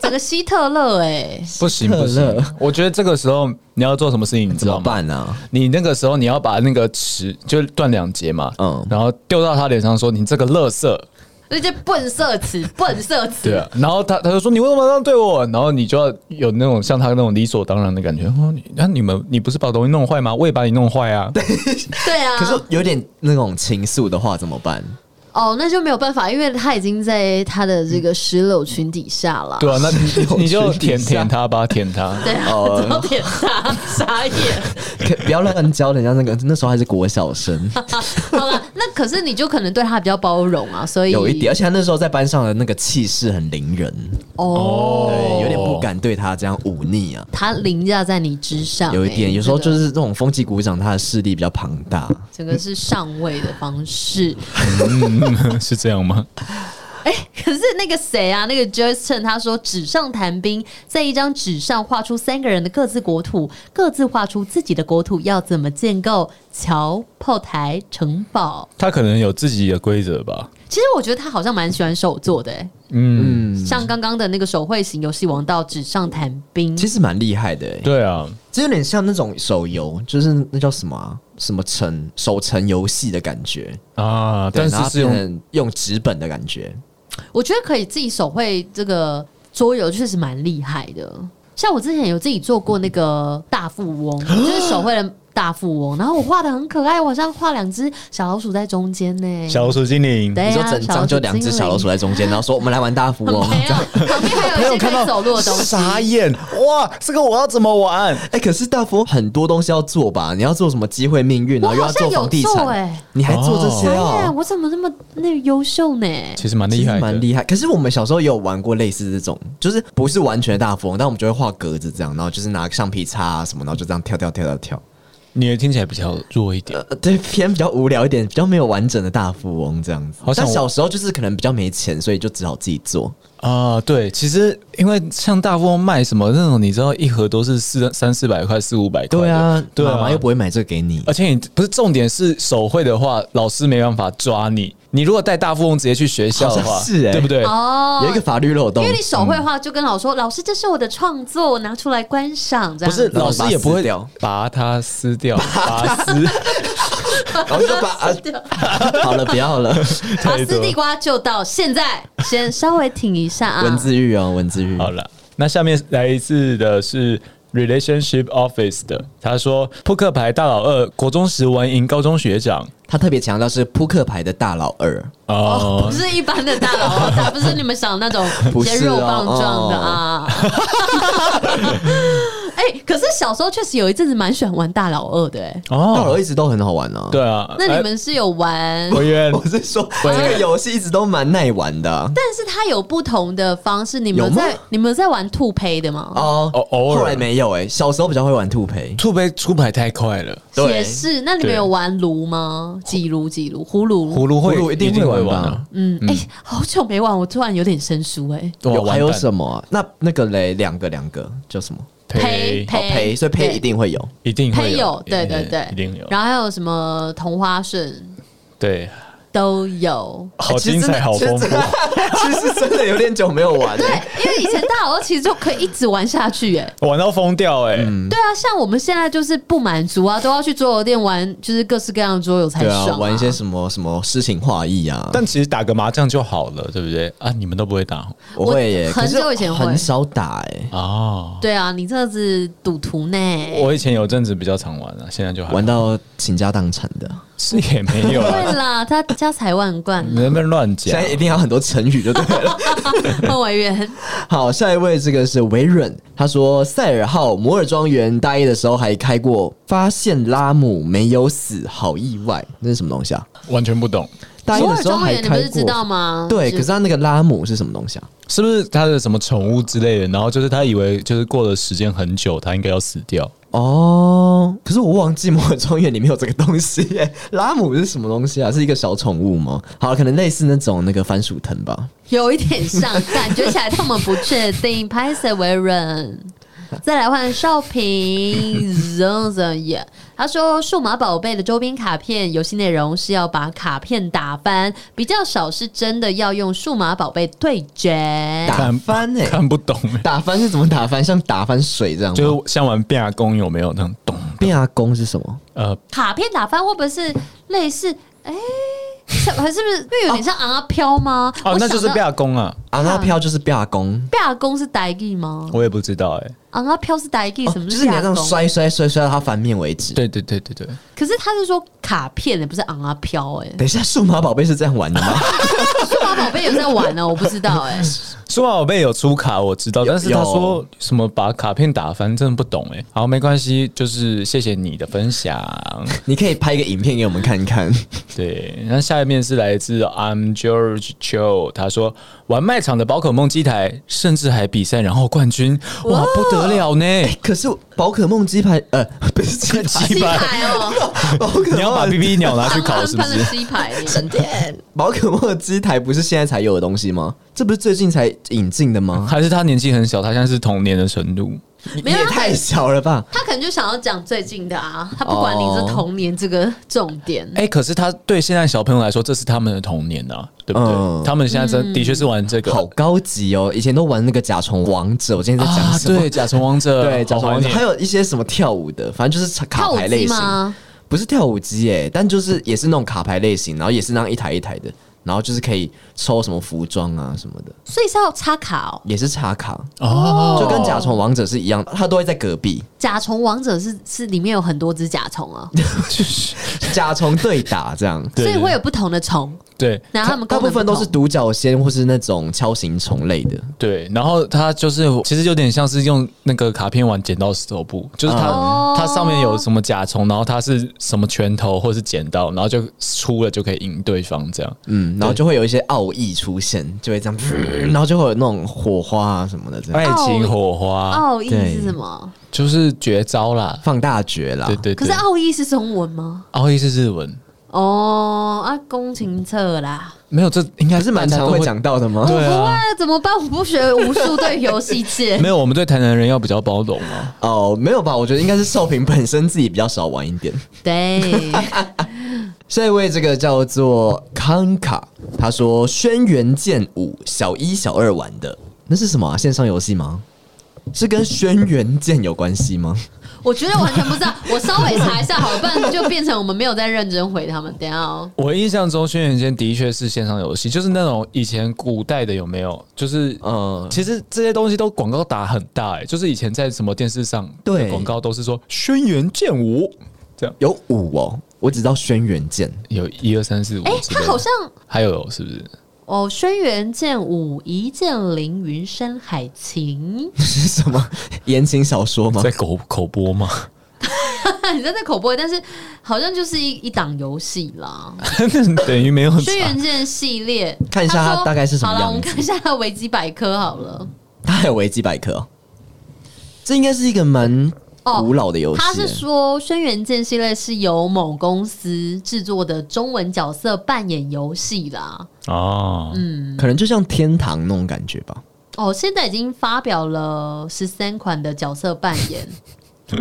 [SPEAKER 1] 整个希特勒哎、
[SPEAKER 2] 不行
[SPEAKER 4] 特
[SPEAKER 2] 不
[SPEAKER 4] 勒
[SPEAKER 2] 行，我觉得这个时候你要做什么事情，你知
[SPEAKER 4] 怎
[SPEAKER 2] 道
[SPEAKER 4] 么
[SPEAKER 2] 吗？
[SPEAKER 4] 办啊？
[SPEAKER 2] 你那个时候你要把那个尺就断两截嘛，
[SPEAKER 4] 嗯
[SPEAKER 2] 嗯，然后丢到他脸上说你这个垃圾，
[SPEAKER 1] 那些笨色 词，笨色词。
[SPEAKER 2] 对啊，然后他他就说你为什么这样对我？然后你就要有那种像他那种理所当然的感觉，哦，你那你们你不是把东西弄坏吗？我也把你弄坏啊，
[SPEAKER 1] 对啊
[SPEAKER 4] 可是有点那种情愫的话怎么办？
[SPEAKER 1] 哦，那就没有办法，因为他已经在他的这个石榴裙底下了。
[SPEAKER 2] 对啊，那你你你就
[SPEAKER 4] 群体
[SPEAKER 2] 舔
[SPEAKER 4] 下
[SPEAKER 2] 舔他吧，舔他。
[SPEAKER 1] 对啊，
[SPEAKER 4] 哦
[SPEAKER 1] 早点打，傻眼。
[SPEAKER 4] 可不要乱教人家那个，那时候还是国 小生，
[SPEAKER 1] 好了，那可是你就可能对他比较包容啊，所以
[SPEAKER 4] 有一点，而且他那时候在班上的那个气势很凌人，
[SPEAKER 1] 哦，
[SPEAKER 4] 对，有点不敢对他这样忤逆啊。
[SPEAKER 1] 他凌驾在你之上欸、
[SPEAKER 4] 有一点，有时候
[SPEAKER 1] 这个
[SPEAKER 4] 就是这种风纪鼓掌，他的势力比较庞大。
[SPEAKER 1] 整个是上位的方式。
[SPEAKER 2] 嗯， 是这样吗？
[SPEAKER 1] 哎、 可是那个谁啊，那个 Justin 他说，纸上谈兵，在一张纸上画出三个人的各自国土，各自画出自己的国土要怎么建构桥、炮台、城堡。
[SPEAKER 2] 他可能有自己的规则吧。
[SPEAKER 1] 其实我觉得他好像蛮喜欢手做的、欸，
[SPEAKER 2] 嗯，
[SPEAKER 1] 像刚刚的那个手绘型游戏王到纸上谈兵，
[SPEAKER 4] 其实蛮厉害的、欸，
[SPEAKER 2] 对啊，
[SPEAKER 4] 这有点像那种手游，就是那叫什么、啊、什么城手城游戏的感觉，
[SPEAKER 2] 啊，
[SPEAKER 4] 对
[SPEAKER 2] 但
[SPEAKER 4] 然
[SPEAKER 2] 是
[SPEAKER 4] 后
[SPEAKER 2] 是
[SPEAKER 4] 变
[SPEAKER 2] 用
[SPEAKER 4] 成用纸本的感觉。
[SPEAKER 1] 我觉得可以自己手绘这个桌游，确实蛮厉害的。像我之前有自己做过那个大富翁，就是手绘了。大富翁，然后我画的很可爱，我好像画两只小老鼠在中间呢。
[SPEAKER 2] 小老鼠精灵，
[SPEAKER 1] 对
[SPEAKER 4] 你说
[SPEAKER 1] 啊，
[SPEAKER 4] 整张就两只小老鼠在中间，然后说我们来玩大 富翁。
[SPEAKER 1] 没有，旁边 还有一些可以走路的东西。
[SPEAKER 2] 傻眼！哇，这个我要怎么玩？
[SPEAKER 4] 哎、可是大富翁很多东西要做吧？你要做什么机会命运，然
[SPEAKER 1] 我
[SPEAKER 4] 后又
[SPEAKER 1] 好
[SPEAKER 4] 要
[SPEAKER 1] 像
[SPEAKER 4] 做
[SPEAKER 1] 有
[SPEAKER 4] 房地
[SPEAKER 1] 做
[SPEAKER 4] 产，
[SPEAKER 1] 哎，
[SPEAKER 4] 你还做这些
[SPEAKER 1] 哎呀，
[SPEAKER 4] 哦、
[SPEAKER 1] 我怎么那么那个优秀呢？
[SPEAKER 2] 其实蛮
[SPEAKER 4] 其
[SPEAKER 2] 厉
[SPEAKER 4] 实
[SPEAKER 2] 害的，
[SPEAKER 4] 蛮厉害。可是我们小时候也有玩过类似这种，就是不是完全的大富翁，但我们就会画格子这样，然后就是拿橡皮擦啊什么，然后就这样跳跳跳跳跳。
[SPEAKER 2] 你的听起来比较弱一点。
[SPEAKER 4] 呃，对，偏比较无聊一点，比较没有完整的大富翁这样子。
[SPEAKER 2] 好像我
[SPEAKER 4] 但小时候就是可能比较没钱，所以就只好自己做。
[SPEAKER 2] 啊、对，其实因为像大富翁卖什么那种，你知道一盒都是四三四百块、四五百块的，对啊，呃
[SPEAKER 4] 妈妈又不会买这个给你。
[SPEAKER 2] 而且你不是重点是手绘的话，老师没办法抓你。你如果带大富翁直接去学校的
[SPEAKER 4] 好
[SPEAKER 2] 话，
[SPEAKER 4] 像是欸
[SPEAKER 2] 对不对？
[SPEAKER 1] 哦
[SPEAKER 4] 有一个法律漏洞，
[SPEAKER 1] 因为你手绘画就跟老师说，老师这是我的创作，我拿出来观赏。这
[SPEAKER 2] 不
[SPEAKER 1] 样
[SPEAKER 2] 是，老师也不会
[SPEAKER 4] 把它撕掉
[SPEAKER 2] 把它撕掉，拔丝
[SPEAKER 4] 然后就把、啊
[SPEAKER 1] 撕 掉
[SPEAKER 4] 好了，不要了，
[SPEAKER 1] 拔
[SPEAKER 2] 太
[SPEAKER 1] 丝
[SPEAKER 2] 多
[SPEAKER 1] 地瓜就到现在，先稍微停一下啊。
[SPEAKER 4] 文字狱哦，文字狱。
[SPEAKER 2] 好了，那下面来一次的是 Relationship Office 的，他说扑克牌大佬二，国中时玩赢高中学长。
[SPEAKER 4] 他特别强调是扑克牌的大老二，
[SPEAKER 1] 哦，
[SPEAKER 2] 哦
[SPEAKER 1] 不，是一般的大佬，啊他不是你们想的那种
[SPEAKER 4] 不是
[SPEAKER 1] 些
[SPEAKER 4] 哦
[SPEAKER 1] 肉棒状的啊。 哎、可是小时候确实有一阵子蛮喜欢玩大佬二的、哎，
[SPEAKER 4] 大老
[SPEAKER 2] 哦，
[SPEAKER 4] 二一直都很好玩啊。
[SPEAKER 2] 对，啊，哎
[SPEAKER 1] 那你们是有玩？
[SPEAKER 2] 我愿
[SPEAKER 4] 我是说这个游戏一直都蛮耐玩的啊
[SPEAKER 1] 但是它有不同的方式，你们有
[SPEAKER 4] 有吗
[SPEAKER 1] 在你们有在玩兔胚的吗？
[SPEAKER 4] 哦
[SPEAKER 2] 偶偶尔
[SPEAKER 4] 后来没有哎，小时候比较会玩兔胚，
[SPEAKER 2] 兔杯出牌太快了，
[SPEAKER 4] 对
[SPEAKER 1] 也是。那你们有玩炉吗？几炉几炉？葫芦
[SPEAKER 2] 葫芦会
[SPEAKER 4] 葫芦一定会
[SPEAKER 2] 会
[SPEAKER 4] 玩吧
[SPEAKER 2] 啊。
[SPEAKER 1] 嗯，哎、好久没玩，我突然有点生疏哎、
[SPEAKER 2] 哇
[SPEAKER 4] 有
[SPEAKER 2] 哦完
[SPEAKER 4] 还有
[SPEAKER 2] 蛋
[SPEAKER 4] 什么啊？那那个嘞，两个两个叫什么？
[SPEAKER 1] 胚
[SPEAKER 4] 哦，胚，所以胚一定会有。
[SPEAKER 2] 一定会
[SPEAKER 1] 胚有，对
[SPEAKER 2] 一定
[SPEAKER 1] 对对，
[SPEAKER 2] 一定有，
[SPEAKER 1] 然后还有什么同花顺
[SPEAKER 2] 对，
[SPEAKER 4] 哎
[SPEAKER 1] 都有。
[SPEAKER 2] 好哦
[SPEAKER 4] 欸
[SPEAKER 2] 精彩，好丰富，
[SPEAKER 4] 其实真的有 点久没有玩了。
[SPEAKER 1] 因为以前大老二其实就可以一直玩下去耶、
[SPEAKER 2] 玩到疯掉哎，
[SPEAKER 4] 嗯
[SPEAKER 1] 对啊，像我们现在就是不满足啊，都要去桌游店玩，就是各式各样的桌游才
[SPEAKER 4] 对
[SPEAKER 1] 爽、
[SPEAKER 4] 啊，玩一些
[SPEAKER 1] 么？
[SPEAKER 4] 什么什么诗情画意啊。
[SPEAKER 2] 但其实打个麻将就好了，对不对？啊，你们都不会打
[SPEAKER 4] 我会耶，
[SPEAKER 1] 我很
[SPEAKER 4] 可是
[SPEAKER 1] 久以前会
[SPEAKER 4] 很少打哎，
[SPEAKER 2] 哦。
[SPEAKER 1] 对啊，你这是赌徒 呢。
[SPEAKER 2] 我以前有阵子比较常玩啊，现在就还好
[SPEAKER 4] 玩到倾家荡产 的。
[SPEAKER 2] 是也没有
[SPEAKER 1] 对
[SPEAKER 2] 啊，
[SPEAKER 1] 啦，他家财万贯，
[SPEAKER 2] 你能不能乱
[SPEAKER 4] 现
[SPEAKER 2] 讲
[SPEAKER 4] 在？一定要很多成语就对了。
[SPEAKER 1] 孟委员
[SPEAKER 4] 好，下一位这个是维润，他说塞尔号摩尔庄园大一的时候还开过，发现拉姆没有死，好意外，那是什么东西啊？
[SPEAKER 2] 完全不懂，
[SPEAKER 4] 大一
[SPEAKER 1] 摩
[SPEAKER 4] 的
[SPEAKER 1] 尔
[SPEAKER 4] 时候
[SPEAKER 1] 庄
[SPEAKER 4] 还
[SPEAKER 1] 园，你不
[SPEAKER 4] 开
[SPEAKER 1] 是知道
[SPEAKER 4] 过。
[SPEAKER 1] 吗？
[SPEAKER 4] 对，可是他那个拉姆是什么东西啊？
[SPEAKER 2] 是不是他的什么宠物之类的？然后就是他以为就是过了时间很久，他应该要死掉。
[SPEAKER 4] 哦，可是我忘记《摩尔庄园》里面有这个东西耶。 拉姆是什么东西啊？是一个小宠物吗？好，可能类似那种那个番薯藤吧。
[SPEAKER 1] 有一点像，感觉起来他们不确定。拍摄为 人，再来换少平，怎怎也。他说，数码宝贝的周边卡片游戏内容是要把卡片打翻，比较少是真的要用数码宝贝对决。
[SPEAKER 4] 打翻哎、
[SPEAKER 2] 看不懂欸，
[SPEAKER 4] 打翻是怎么打翻？像打翻水这样吗？
[SPEAKER 2] 就是像玩变牙弓有没有那种咚？
[SPEAKER 4] 变阿公是什么？
[SPEAKER 2] 呃，
[SPEAKER 1] 卡片打翻会不会是类似？哎、是还是不是？因为有点像阿飘吗？我
[SPEAKER 2] 哦，那
[SPEAKER 1] 想
[SPEAKER 2] 就是
[SPEAKER 1] 到
[SPEAKER 2] 变。牙弓啊，
[SPEAKER 4] 阿那飘哦就是啊变阿啊公。
[SPEAKER 1] 阿公是呆地吗？
[SPEAKER 2] 我也不知道哎。
[SPEAKER 1] 昂阿飘是呆地，
[SPEAKER 4] 哦
[SPEAKER 1] 啊什么
[SPEAKER 4] 就是你要
[SPEAKER 1] 阿
[SPEAKER 4] 这样
[SPEAKER 1] 公
[SPEAKER 4] 摔摔摔摔到它翻面为止。，
[SPEAKER 2] 对对对对对，
[SPEAKER 1] 可是他是说卡片的，不是昂啊飘哎、
[SPEAKER 4] 等一下，数码宝贝是这样玩的吗？
[SPEAKER 1] 数码宝贝有在玩呢、我不知道 哎、
[SPEAKER 2] 数码宝贝有出卡我知道，
[SPEAKER 4] 有
[SPEAKER 2] 但是他说什么把卡片打翻，真的不懂哎。好，没关系，就是谢谢你的分享。
[SPEAKER 4] 你可以拍一个影片给我们看看。
[SPEAKER 2] 对，那下一面是来自 I'm George Cho，他说玩卖场的宝可梦机台，甚至还比赛然后冠军，哇，不得了呢！
[SPEAKER 4] 可是宝可梦鸡排，呃，不是鸡排，
[SPEAKER 2] 鸡
[SPEAKER 1] 鸡
[SPEAKER 2] 排，
[SPEAKER 1] 排哦，
[SPEAKER 4] 宝可 梦
[SPEAKER 2] 你要把 BB 鸟拿去烤是不
[SPEAKER 1] 他们
[SPEAKER 2] 是？
[SPEAKER 1] 鸡排神殿。
[SPEAKER 4] 宝可梦的机台不是现在才有的东西吗？这不是最近才引进的 吗？
[SPEAKER 2] 还是他年纪很小，他现在是童年的程度。
[SPEAKER 4] 你
[SPEAKER 1] 没有
[SPEAKER 4] 也
[SPEAKER 1] 它
[SPEAKER 4] 太小了吧！
[SPEAKER 1] 他可能就想要讲最近的啊，他不管你是童年这个重点。
[SPEAKER 2] 哎、可是他对现在小朋友来说，这是他们的童年啊，对不对？
[SPEAKER 4] 嗯
[SPEAKER 2] 他们现在真的确是玩这个。
[SPEAKER 4] 好高级哦！以前都玩那个甲虫王者，我今天在
[SPEAKER 2] 啊
[SPEAKER 4] 讲，什么？
[SPEAKER 2] 对，甲虫王者，
[SPEAKER 4] 对，甲虫王者，还
[SPEAKER 2] 有
[SPEAKER 4] 有一些什么跳舞的，反正就是卡
[SPEAKER 1] 跳舞
[SPEAKER 4] 牌类
[SPEAKER 1] 机
[SPEAKER 4] 型。
[SPEAKER 1] 吗？
[SPEAKER 4] 不是跳舞机诶、但就是也是那种卡牌类型，然后也是那样一台一台的，然后就是可以抽什么服装啊什么的，
[SPEAKER 1] 所以是要插卡哦。
[SPEAKER 4] 也是插卡，
[SPEAKER 2] 哦，
[SPEAKER 4] 就跟甲虫王者是一样，它都会在隔 壁
[SPEAKER 1] 甲虫王者是是里面有很多只甲虫啊，
[SPEAKER 4] 甲虫对打这样。
[SPEAKER 2] 对
[SPEAKER 1] 所以会有不同的虫，
[SPEAKER 2] 对
[SPEAKER 1] 然 后他们
[SPEAKER 4] 大
[SPEAKER 1] 功
[SPEAKER 4] 部
[SPEAKER 1] 能
[SPEAKER 4] 分
[SPEAKER 1] 不
[SPEAKER 4] 都
[SPEAKER 1] 同
[SPEAKER 4] 是独角仙或是那种锹形虫类的，
[SPEAKER 2] 对，然后它就是其实有点像是用那个卡片玩剪刀石头布，就是它、
[SPEAKER 4] 嗯
[SPEAKER 1] 哦
[SPEAKER 2] 它上面有什么甲虫，然后它是什么拳头或是剪刀，然后就出了就可以赢对方这样。
[SPEAKER 4] 嗯，然后就会有一些奥义出现，就会这样，
[SPEAKER 1] 嗯
[SPEAKER 4] 然后就会有那种火花啊什么的，这样
[SPEAKER 1] 哎
[SPEAKER 2] 爱情火花、
[SPEAKER 1] 奥义
[SPEAKER 4] 对
[SPEAKER 1] 是什么？
[SPEAKER 2] 就是绝招啦，
[SPEAKER 4] 放大绝啦。
[SPEAKER 2] 对对对。
[SPEAKER 1] 可是
[SPEAKER 4] 哦
[SPEAKER 1] 奥义是中文吗？
[SPEAKER 2] 奥义是日文，
[SPEAKER 1] 哦啊，宫廷策啦，
[SPEAKER 2] 没有这应该
[SPEAKER 4] 还是蛮常会。讲到的吗？
[SPEAKER 2] 对
[SPEAKER 1] 不会
[SPEAKER 2] 啊，
[SPEAKER 1] 啊怎么办？我不学武术，对游戏界
[SPEAKER 2] 没有我们对台南人要比较包容啊嘛。
[SPEAKER 4] 哦，没有吧？我觉得应该是寿平本身自己比较少玩一点。
[SPEAKER 1] 对，
[SPEAKER 4] 下一位这个叫做康卡，他说《轩辕剑五》小一小二玩的，那是什么、啊、线上游戏吗？是跟《轩辕剑》有关系吗？
[SPEAKER 1] 我觉得完全不知道。 我稍微查一下好了，不然就变成我们没有在认真回他们。等一下哦，
[SPEAKER 2] 我印象中，轩辕剑的确是线上游戏，就是那种以前古代的有没有？就是
[SPEAKER 4] 嗯，
[SPEAKER 2] 其实这些东西都广告打很大、欸，就是以前在什么电视上的
[SPEAKER 4] 对
[SPEAKER 2] 广告都是说“轩辕剑舞”这样，
[SPEAKER 4] 有五哦，我只知道《轩辕剑》。
[SPEAKER 2] 有一二三四五之
[SPEAKER 1] 哎、
[SPEAKER 2] 类的，
[SPEAKER 1] 他好像
[SPEAKER 2] 还有是不是？
[SPEAKER 1] 哦，《轩辕剑舞》一剑凌云山海情，
[SPEAKER 4] 是什么言情小说吗
[SPEAKER 2] 在？口口播 吗？
[SPEAKER 1] 你在这口播，但是好像就是一一档游戏啦，
[SPEAKER 2] 等于没有
[SPEAKER 1] 《轩
[SPEAKER 2] 查
[SPEAKER 1] �辕剑》系列。
[SPEAKER 4] 看一下它
[SPEAKER 1] 说
[SPEAKER 4] 大概是什么
[SPEAKER 1] 好了，我
[SPEAKER 4] 样
[SPEAKER 1] 们
[SPEAKER 4] 子
[SPEAKER 1] 看一下它的维基百科好了。
[SPEAKER 4] 它还有维基百科、哦，这应该是一个蛮
[SPEAKER 1] 哦
[SPEAKER 4] 古老的游戏、啊
[SPEAKER 1] 他是说，《轩辕剑》系列是由某公司制作的中文角色扮演游戏啦。
[SPEAKER 2] 哦，
[SPEAKER 1] 嗯
[SPEAKER 4] 可能就像天堂那种感觉吧。
[SPEAKER 1] 哦，现在已经发表了十三款的角色扮演，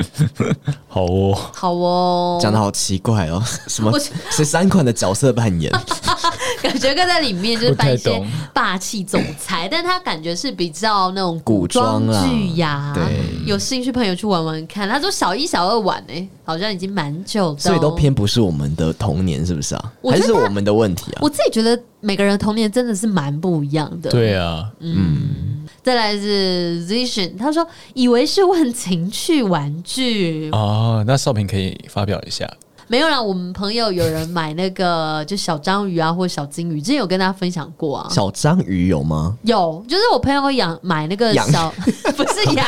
[SPEAKER 2] 好哦，
[SPEAKER 1] 好哦，
[SPEAKER 4] 讲的好奇怪 哦，什么
[SPEAKER 1] 我觉
[SPEAKER 4] 十三款的角色扮 演，
[SPEAKER 1] 感觉跟在里面就是
[SPEAKER 2] 不太
[SPEAKER 1] 扮一些
[SPEAKER 2] 懂
[SPEAKER 1] 霸气总裁，但他感觉是比较那种
[SPEAKER 4] 古
[SPEAKER 1] 装
[SPEAKER 4] 装啊
[SPEAKER 1] 剧呀。
[SPEAKER 4] 对
[SPEAKER 1] 有兴趣朋友去玩玩看。他说小一、小二玩呢、欸好像已经蛮久的哦、
[SPEAKER 4] 所以都偏不是我们的童年，是不是啊？
[SPEAKER 1] 我
[SPEAKER 4] 还
[SPEAKER 1] 觉得
[SPEAKER 4] 是我们的问题啊？
[SPEAKER 1] 我自己觉得每个人的童年真的是蛮不一样的。
[SPEAKER 2] 对啊，
[SPEAKER 1] 嗯再来是 Zition，他说以为是问情趣玩具，
[SPEAKER 2] 哦，那少平可以发表一下，
[SPEAKER 1] 没有啦。我们朋友有人买那个就小章鱼啊，或者小金鱼，之前有跟大家分享过啊。
[SPEAKER 4] 小章鱼有吗？
[SPEAKER 1] 有，就是我朋友养买那个
[SPEAKER 4] 养
[SPEAKER 1] 小， 不是养，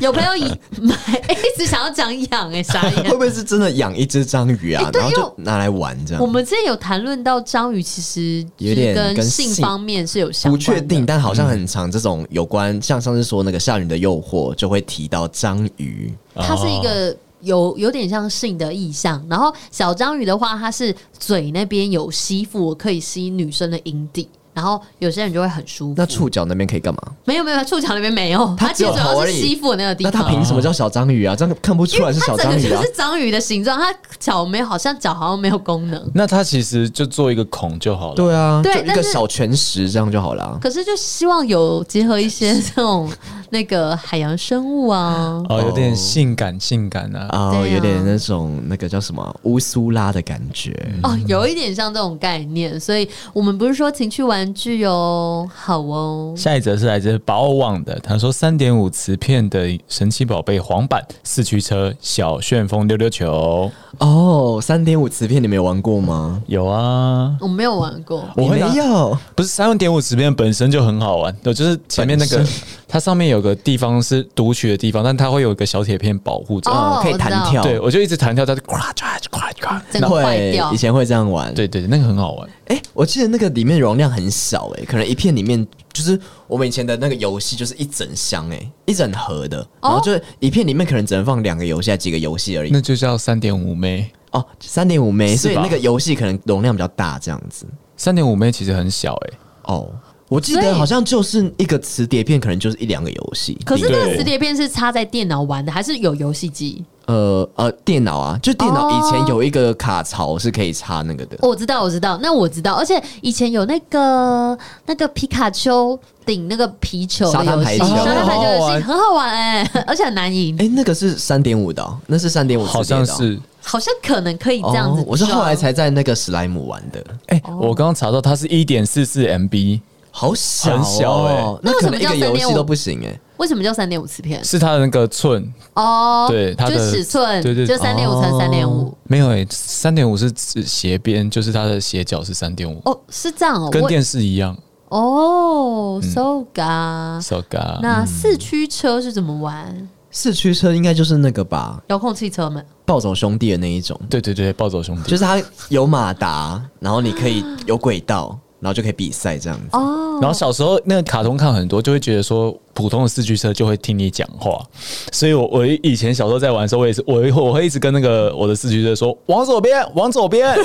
[SPEAKER 1] 有朋友以买、欸一直想要讲养哎，傻
[SPEAKER 4] 会不
[SPEAKER 1] 眼。
[SPEAKER 4] 会是真的养一只章鱼啊
[SPEAKER 1] 哎？对
[SPEAKER 4] 然
[SPEAKER 1] 因
[SPEAKER 4] 后
[SPEAKER 1] 为
[SPEAKER 4] 就拿来玩这
[SPEAKER 1] 我
[SPEAKER 4] 样？
[SPEAKER 1] 们之前有谈论到章鱼，其实
[SPEAKER 4] 有点
[SPEAKER 1] 就是跟
[SPEAKER 4] 跟
[SPEAKER 1] 性
[SPEAKER 4] 性
[SPEAKER 1] 方面是有相
[SPEAKER 4] 不
[SPEAKER 1] 关的嗯
[SPEAKER 4] 确定，但好像很常这种有关，像上次说那个《少女的诱惑》就会提到章鱼，
[SPEAKER 1] 它是一
[SPEAKER 2] 哦
[SPEAKER 1] 个有有点像性的意象。然后小章鱼的话，它是嘴那边有吸附，可以吸女生的阴蒂。然后有些人就会很舒服。
[SPEAKER 4] 那触角那边可以干嘛？
[SPEAKER 1] 没有没有触角那边没有，
[SPEAKER 4] 它
[SPEAKER 1] 它其实
[SPEAKER 4] 只有
[SPEAKER 1] 主要
[SPEAKER 4] 头而
[SPEAKER 1] 是
[SPEAKER 4] 已
[SPEAKER 1] 吸附的那个地
[SPEAKER 4] 那
[SPEAKER 1] 方。
[SPEAKER 4] 它凭什么叫小章鱼啊？这样看不出来是
[SPEAKER 1] 它
[SPEAKER 4] 小
[SPEAKER 1] 整
[SPEAKER 4] 章
[SPEAKER 1] 个
[SPEAKER 4] 鱼
[SPEAKER 1] 就
[SPEAKER 4] 啊
[SPEAKER 1] 是！章鱼的形状，它脚没有，好像脚好像没有功能。
[SPEAKER 2] 那他其实就做一个孔就好了。
[SPEAKER 4] 对啊，
[SPEAKER 1] 对
[SPEAKER 4] 就一
[SPEAKER 1] 但
[SPEAKER 4] 个
[SPEAKER 1] 是
[SPEAKER 4] 小全食这样就好了啊。
[SPEAKER 1] 可是就希望有结合一些这种那个海洋生物啊，
[SPEAKER 2] 哦，有
[SPEAKER 4] 哦
[SPEAKER 2] 点性感性感啊，
[SPEAKER 4] 哦，
[SPEAKER 1] 对啊
[SPEAKER 4] 有点那种那个叫什么啊乌苏拉的感觉。
[SPEAKER 1] 哦，有一点像这种概念。所以我们不是说情趣玩具哦，好哦，
[SPEAKER 2] 下一则是来自宝网的，他说三点五磁片的神奇宝贝黄版四驱车小旋风溜溜球，
[SPEAKER 4] 哦，三点五磁片你们有玩过吗？
[SPEAKER 2] 有啊，
[SPEAKER 1] 我没啊哦有玩过，
[SPEAKER 2] 我
[SPEAKER 4] 你
[SPEAKER 2] 会拿
[SPEAKER 4] 没有，
[SPEAKER 2] 不是三点五磁片本身就很好玩，对，就是前面那个
[SPEAKER 4] 本
[SPEAKER 2] 它上面有个地方是读取的地方，但它会有一个小铁片保护着，
[SPEAKER 1] 哦
[SPEAKER 4] 嗯，可以
[SPEAKER 1] 我知道
[SPEAKER 4] 弹跳，
[SPEAKER 2] 对我就一直弹跳，它就咵咵咵咵，
[SPEAKER 1] 整个坏
[SPEAKER 4] 会
[SPEAKER 1] 掉
[SPEAKER 4] 以。前会这样玩。，
[SPEAKER 2] 对对，对那个很好玩，
[SPEAKER 4] 哎，我记得那个里面容量很小，哎，可能一片里面就是我们以前的那个游戏，就是一整箱，哎，一整盒的，
[SPEAKER 1] 哦
[SPEAKER 4] 然后就是一片里面可能只能放两个游戏，还几个游戏而已
[SPEAKER 2] 那。就叫三点五妹。
[SPEAKER 4] 哦，三点五枚，
[SPEAKER 2] 是吧
[SPEAKER 4] 所以那个游戏可能容量比较大，这样子。
[SPEAKER 2] 三点五妹其实很小哎、
[SPEAKER 4] 哦，我记
[SPEAKER 1] 所以
[SPEAKER 4] 得好像就是一个磁碟片，可能就是一两个游戏。
[SPEAKER 1] 可是那个
[SPEAKER 2] 对
[SPEAKER 1] 磁碟片是插在电脑玩的，还是有游戏机？
[SPEAKER 4] 呃呃，电脑啊，就电脑
[SPEAKER 1] 哦
[SPEAKER 4] 以前有一个卡槽是可以插那个的。
[SPEAKER 1] 我知道，我知道，那我知道，而且以前有那个那个皮卡丘顶那个皮球的游戏，
[SPEAKER 4] 沙滩排球
[SPEAKER 1] 沙滩排球游戏
[SPEAKER 2] 哦
[SPEAKER 1] 很好玩哎、而且很难赢。
[SPEAKER 4] 哎、那个是三点五的哦、那是三点五，
[SPEAKER 2] 好像是
[SPEAKER 1] 好像可能可以这样子、
[SPEAKER 4] 哦我是后来，才在那个史莱姆玩的，
[SPEAKER 2] 哎、
[SPEAKER 1] 哦
[SPEAKER 2] 我刚刚查到它是一点四四 MB，
[SPEAKER 4] 好小、哦，
[SPEAKER 2] 很小欸
[SPEAKER 4] 那可能一
[SPEAKER 1] 那
[SPEAKER 4] 个
[SPEAKER 1] 为什么叫
[SPEAKER 4] 游戏
[SPEAKER 1] 3.5
[SPEAKER 4] 都不行哎、
[SPEAKER 1] 为什么叫三点五磁片？
[SPEAKER 2] 是它的那个寸，
[SPEAKER 1] 哦，
[SPEAKER 2] 对它
[SPEAKER 1] 就
[SPEAKER 2] 的
[SPEAKER 1] 尺寸，
[SPEAKER 2] 对对
[SPEAKER 1] 就三点五乘三点五。
[SPEAKER 2] 没有哎、欸，三点五是指斜边，就是它的斜角是三点五，
[SPEAKER 1] 哦，是这样哦，
[SPEAKER 2] 跟
[SPEAKER 1] 我
[SPEAKER 2] 电嗯视一样。
[SPEAKER 1] 哦，so ga。
[SPEAKER 2] So ga，
[SPEAKER 1] 啊那四驱车是怎么玩？
[SPEAKER 4] 四驱车应该就是那个吧，
[SPEAKER 1] 遥控汽车们
[SPEAKER 4] 暴走兄弟的那一种，
[SPEAKER 2] 对对对，暴走兄弟。
[SPEAKER 4] 就是它有马达，然后你可以有轨道，然后就可以比赛这样子。
[SPEAKER 1] 哦，
[SPEAKER 2] 然后小时候那个卡通看很多，就会觉得说普通的四驱车就会听你讲话，所以我我以前小时候在玩的时候，我也是我我会一直跟那个我的四驱车说往左边，往左边，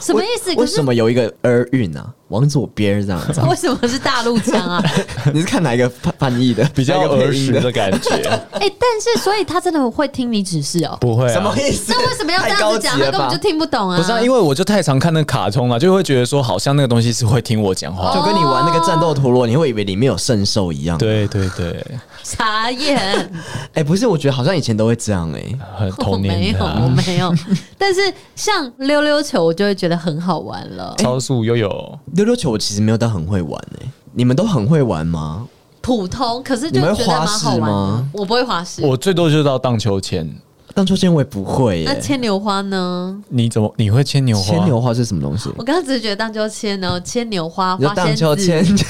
[SPEAKER 1] 什么意思？可
[SPEAKER 4] 为
[SPEAKER 1] 是，
[SPEAKER 4] 什么有一个儿韵啊？往左边 这样子
[SPEAKER 1] 为什么是大陆腔啊？
[SPEAKER 4] 你是看哪一个翻翻译的？
[SPEAKER 2] 比较
[SPEAKER 4] 哪一个配
[SPEAKER 2] 儿
[SPEAKER 4] 音
[SPEAKER 2] 时
[SPEAKER 4] 的
[SPEAKER 2] 的感觉，
[SPEAKER 1] 哎，但是所以他真的很会听你指示哦。
[SPEAKER 2] 不会、啊、
[SPEAKER 4] 什么意思？
[SPEAKER 1] 那为什么要这样子讲？他
[SPEAKER 4] 太高级
[SPEAKER 1] 根
[SPEAKER 4] 了
[SPEAKER 1] 本
[SPEAKER 4] 吧
[SPEAKER 1] 就听不懂啊！
[SPEAKER 2] 不是啊，因为我就太常看那卡通了，啊就会觉得说好像那个东西是会听我讲话。
[SPEAKER 4] 就跟你玩那个战斗陀螺，你会以为里面有圣兽一样。，
[SPEAKER 2] 对对对，
[SPEAKER 1] 傻眼，
[SPEAKER 4] 哎、不是，我觉得好像以前都会这样哎、
[SPEAKER 2] 很
[SPEAKER 1] 我
[SPEAKER 2] 童
[SPEAKER 1] 没
[SPEAKER 2] 年
[SPEAKER 1] 有，
[SPEAKER 2] 的、
[SPEAKER 1] 我
[SPEAKER 2] 啊。
[SPEAKER 1] 没有。但是像溜溜球，我就会觉得很好玩了。
[SPEAKER 4] 哎
[SPEAKER 2] 超速又有，
[SPEAKER 4] 溜溜球我其实没有到很会玩哎、你们都很会玩吗？
[SPEAKER 1] 普通，可是就
[SPEAKER 4] 你们
[SPEAKER 1] 觉
[SPEAKER 4] 会
[SPEAKER 1] 得蛮好玩
[SPEAKER 4] 花式
[SPEAKER 1] 的
[SPEAKER 4] 吗。
[SPEAKER 1] 我不会滑式。
[SPEAKER 2] 我最多就是到荡秋千。
[SPEAKER 4] 荡秋千我也不会耶、
[SPEAKER 1] 那牵牛花呢？
[SPEAKER 2] 你怎么你会牵牛花？
[SPEAKER 4] 牵牛花是什么东西？
[SPEAKER 1] 我刚刚只是觉得荡秋千呢，哦牵牛花、
[SPEAKER 4] 你
[SPEAKER 1] 花
[SPEAKER 4] 说荡
[SPEAKER 1] 仙
[SPEAKER 4] 秋千
[SPEAKER 1] 子，、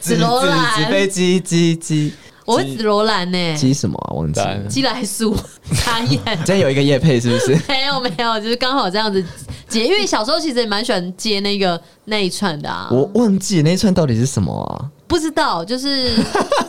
[SPEAKER 1] 紫罗兰哎
[SPEAKER 4] 纸飞机、鸡鸡
[SPEAKER 1] 我会紫罗兰呢，
[SPEAKER 4] 鸡什么啊？忘记了。
[SPEAKER 2] 蛋
[SPEAKER 1] 鸡来 素，傻眼。
[SPEAKER 4] 今天有一个夜配是不是？
[SPEAKER 1] 没有没有，就是刚好这样子接，因为小时候其实也蛮喜欢接那个那一串的啊。
[SPEAKER 4] 我忘记那一串到底是什么啊？
[SPEAKER 1] 不知道，就是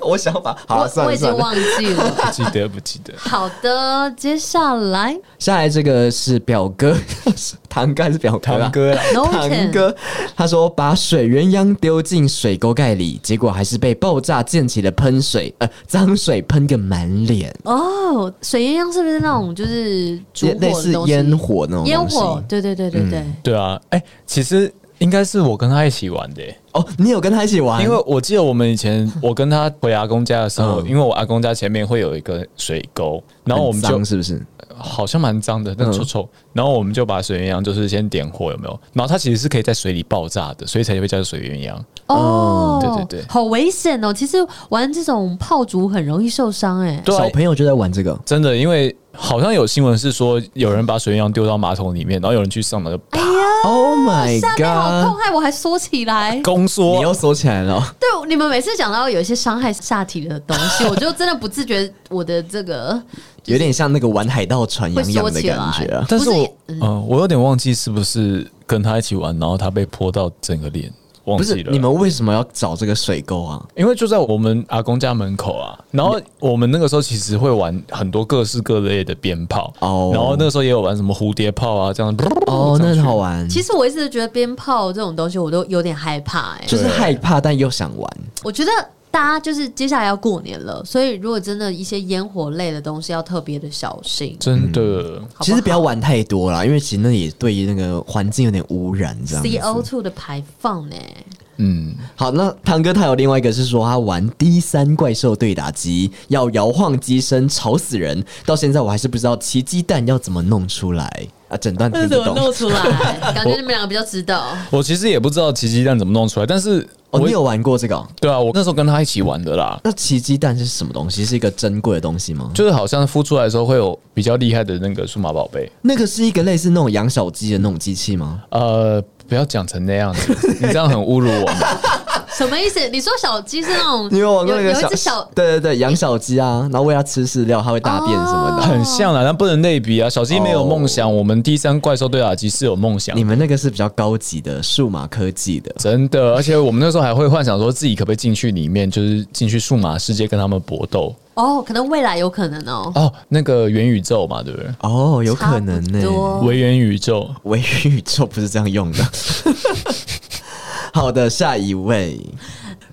[SPEAKER 4] 我想把 好了，
[SPEAKER 1] 我
[SPEAKER 4] 算
[SPEAKER 1] 我
[SPEAKER 4] 了
[SPEAKER 1] 已
[SPEAKER 4] 算
[SPEAKER 1] 经
[SPEAKER 4] 了。
[SPEAKER 1] 忘记了。
[SPEAKER 2] 不记得不记得？
[SPEAKER 1] 好的，接下来
[SPEAKER 4] 下来这个是表哥， 堂哥还是表哥、啊？
[SPEAKER 2] 堂哥啦，
[SPEAKER 4] 堂
[SPEAKER 1] Norton
[SPEAKER 4] 哥，他说把水鸳鸯丢进水沟盖里，结果还是被爆炸溅起的喷水，呃，脏水喷个满脸，
[SPEAKER 1] 哦，水鸳鸯是不是那种就是烛火
[SPEAKER 4] 类
[SPEAKER 1] 的
[SPEAKER 4] 似
[SPEAKER 1] 东西？
[SPEAKER 4] 烟火那种
[SPEAKER 1] 烟
[SPEAKER 4] 东西嗯
[SPEAKER 1] 火，对对对对对。
[SPEAKER 2] 对啊，哎、其实应该是我跟他一起玩的、欸
[SPEAKER 4] 哦，你有跟他一起玩？
[SPEAKER 2] 因为我记得我们以前我跟他回阿公家的时候，
[SPEAKER 4] 嗯
[SPEAKER 2] 因为我阿公家前面会有一个水沟，然后我们
[SPEAKER 4] 很
[SPEAKER 2] 就
[SPEAKER 4] 脏是不嗯是？
[SPEAKER 2] 好像蛮脏的，但臭臭，然后我们就把水鸳鸯就是先点火，有没有？然后它其实是可以在水里爆炸的，所以才会叫做水鸳鸯。
[SPEAKER 1] 哦，
[SPEAKER 2] 嗯对对对
[SPEAKER 1] 好危险哦！其实玩这种炮竹很容易受伤哎、
[SPEAKER 2] 对啊
[SPEAKER 4] 小，朋友就在玩这个，
[SPEAKER 2] 真的，因为好像有新闻是说有人把水鸳鸯丢到马桶里面，然后有人去上了
[SPEAKER 1] 哎呀，
[SPEAKER 4] Oh my
[SPEAKER 1] 下面好痛，
[SPEAKER 4] god！
[SPEAKER 1] 害我还缩起来。
[SPEAKER 2] 宫
[SPEAKER 4] 你
[SPEAKER 2] 缩
[SPEAKER 4] 又。收起来了哦，
[SPEAKER 1] 对，你们每次讲到有一些伤害下体的东 西，我就真的不自觉我的这个
[SPEAKER 4] 有点像那个玩海盗船
[SPEAKER 1] 会
[SPEAKER 4] 洋
[SPEAKER 1] 缩
[SPEAKER 4] 洋的
[SPEAKER 1] 起
[SPEAKER 4] 感
[SPEAKER 1] 来
[SPEAKER 4] 觉啊。。
[SPEAKER 2] 但是
[SPEAKER 1] 不
[SPEAKER 2] 我嗯、我有点忘记是不是跟他一起玩，然后他被泼到整个脸，忘
[SPEAKER 4] 不
[SPEAKER 2] 记
[SPEAKER 4] 是
[SPEAKER 2] 了。
[SPEAKER 4] 你们为什么要找这个水沟啊？
[SPEAKER 2] 因为就在我们阿公家门口啊，然后我们那个时候其实会玩很多各式各类的鞭炮，
[SPEAKER 4] 哦
[SPEAKER 2] 然后那个时候也有玩什么蝴蝶炮啊，这样
[SPEAKER 4] 哦，那很好玩，
[SPEAKER 1] 其实我一直觉得鞭炮这种东西，我都有点害怕哎、
[SPEAKER 4] 就是害怕但又想玩。
[SPEAKER 1] 我觉得大家就是接下来要过年了，所以如果真的一些烟火类的东西要特别的小心。
[SPEAKER 2] 真的。
[SPEAKER 1] 好
[SPEAKER 4] 其实
[SPEAKER 1] 不
[SPEAKER 4] 不要玩太多啦，因为其实那也对于那个环境有点污染这样子。
[SPEAKER 1] CO2 E 的排放呢、
[SPEAKER 2] 嗯，
[SPEAKER 4] 好，那堂哥他有另外一个是说他玩 D 三怪兽对打机，要摇晃机身吵死人，到现在我还是不知道骑鸡蛋要怎么弄出来啊，整段听
[SPEAKER 1] 那
[SPEAKER 4] 不
[SPEAKER 1] 怎么
[SPEAKER 4] 懂
[SPEAKER 1] 弄。出来？感觉你们两个比较知道。
[SPEAKER 2] 我其实也不知道奇鸡蛋怎么弄出来，但是
[SPEAKER 4] 哦，
[SPEAKER 2] 我
[SPEAKER 4] 你有玩过这个哦、
[SPEAKER 2] 对啊，我那时候跟他一起玩的啦，
[SPEAKER 4] 那骑鸡蛋是什么东西？是一个珍贵的东西吗？
[SPEAKER 2] 就是好像孵出来的时候会有比较厉害的那个数码宝贝，
[SPEAKER 4] 那个是一个类似那种养小鸡的那种机器吗？
[SPEAKER 2] 呃，不要讲成那样子， 你这样很侮辱我们。
[SPEAKER 1] 什么意思？你说小鸡是那种
[SPEAKER 4] 你有玩
[SPEAKER 1] 有
[SPEAKER 4] 过那个
[SPEAKER 1] 有一
[SPEAKER 4] 小？
[SPEAKER 1] 只小
[SPEAKER 4] 对对对，养小鸡啊，然后喂它吃饲料，它会大便什么
[SPEAKER 1] 哦
[SPEAKER 4] 的。
[SPEAKER 2] 很像啦，但不能类比啊。小鸡没有梦想，我们第三怪兽对打机是有梦想
[SPEAKER 4] 你。们那个是比较高级的数码科技的，
[SPEAKER 2] 真的，而且我们那时候还会幻想说自己可不可以进去里面，就是进去数码世界跟他们搏斗
[SPEAKER 1] 哦，可能未来有可能哦。
[SPEAKER 2] 哦，那个元宇宙嘛，对不对？
[SPEAKER 4] 哦，有可能呢、
[SPEAKER 1] 差不多
[SPEAKER 2] 微元宇宙，
[SPEAKER 4] 微 宇宙不是这样用的。好的，下一位，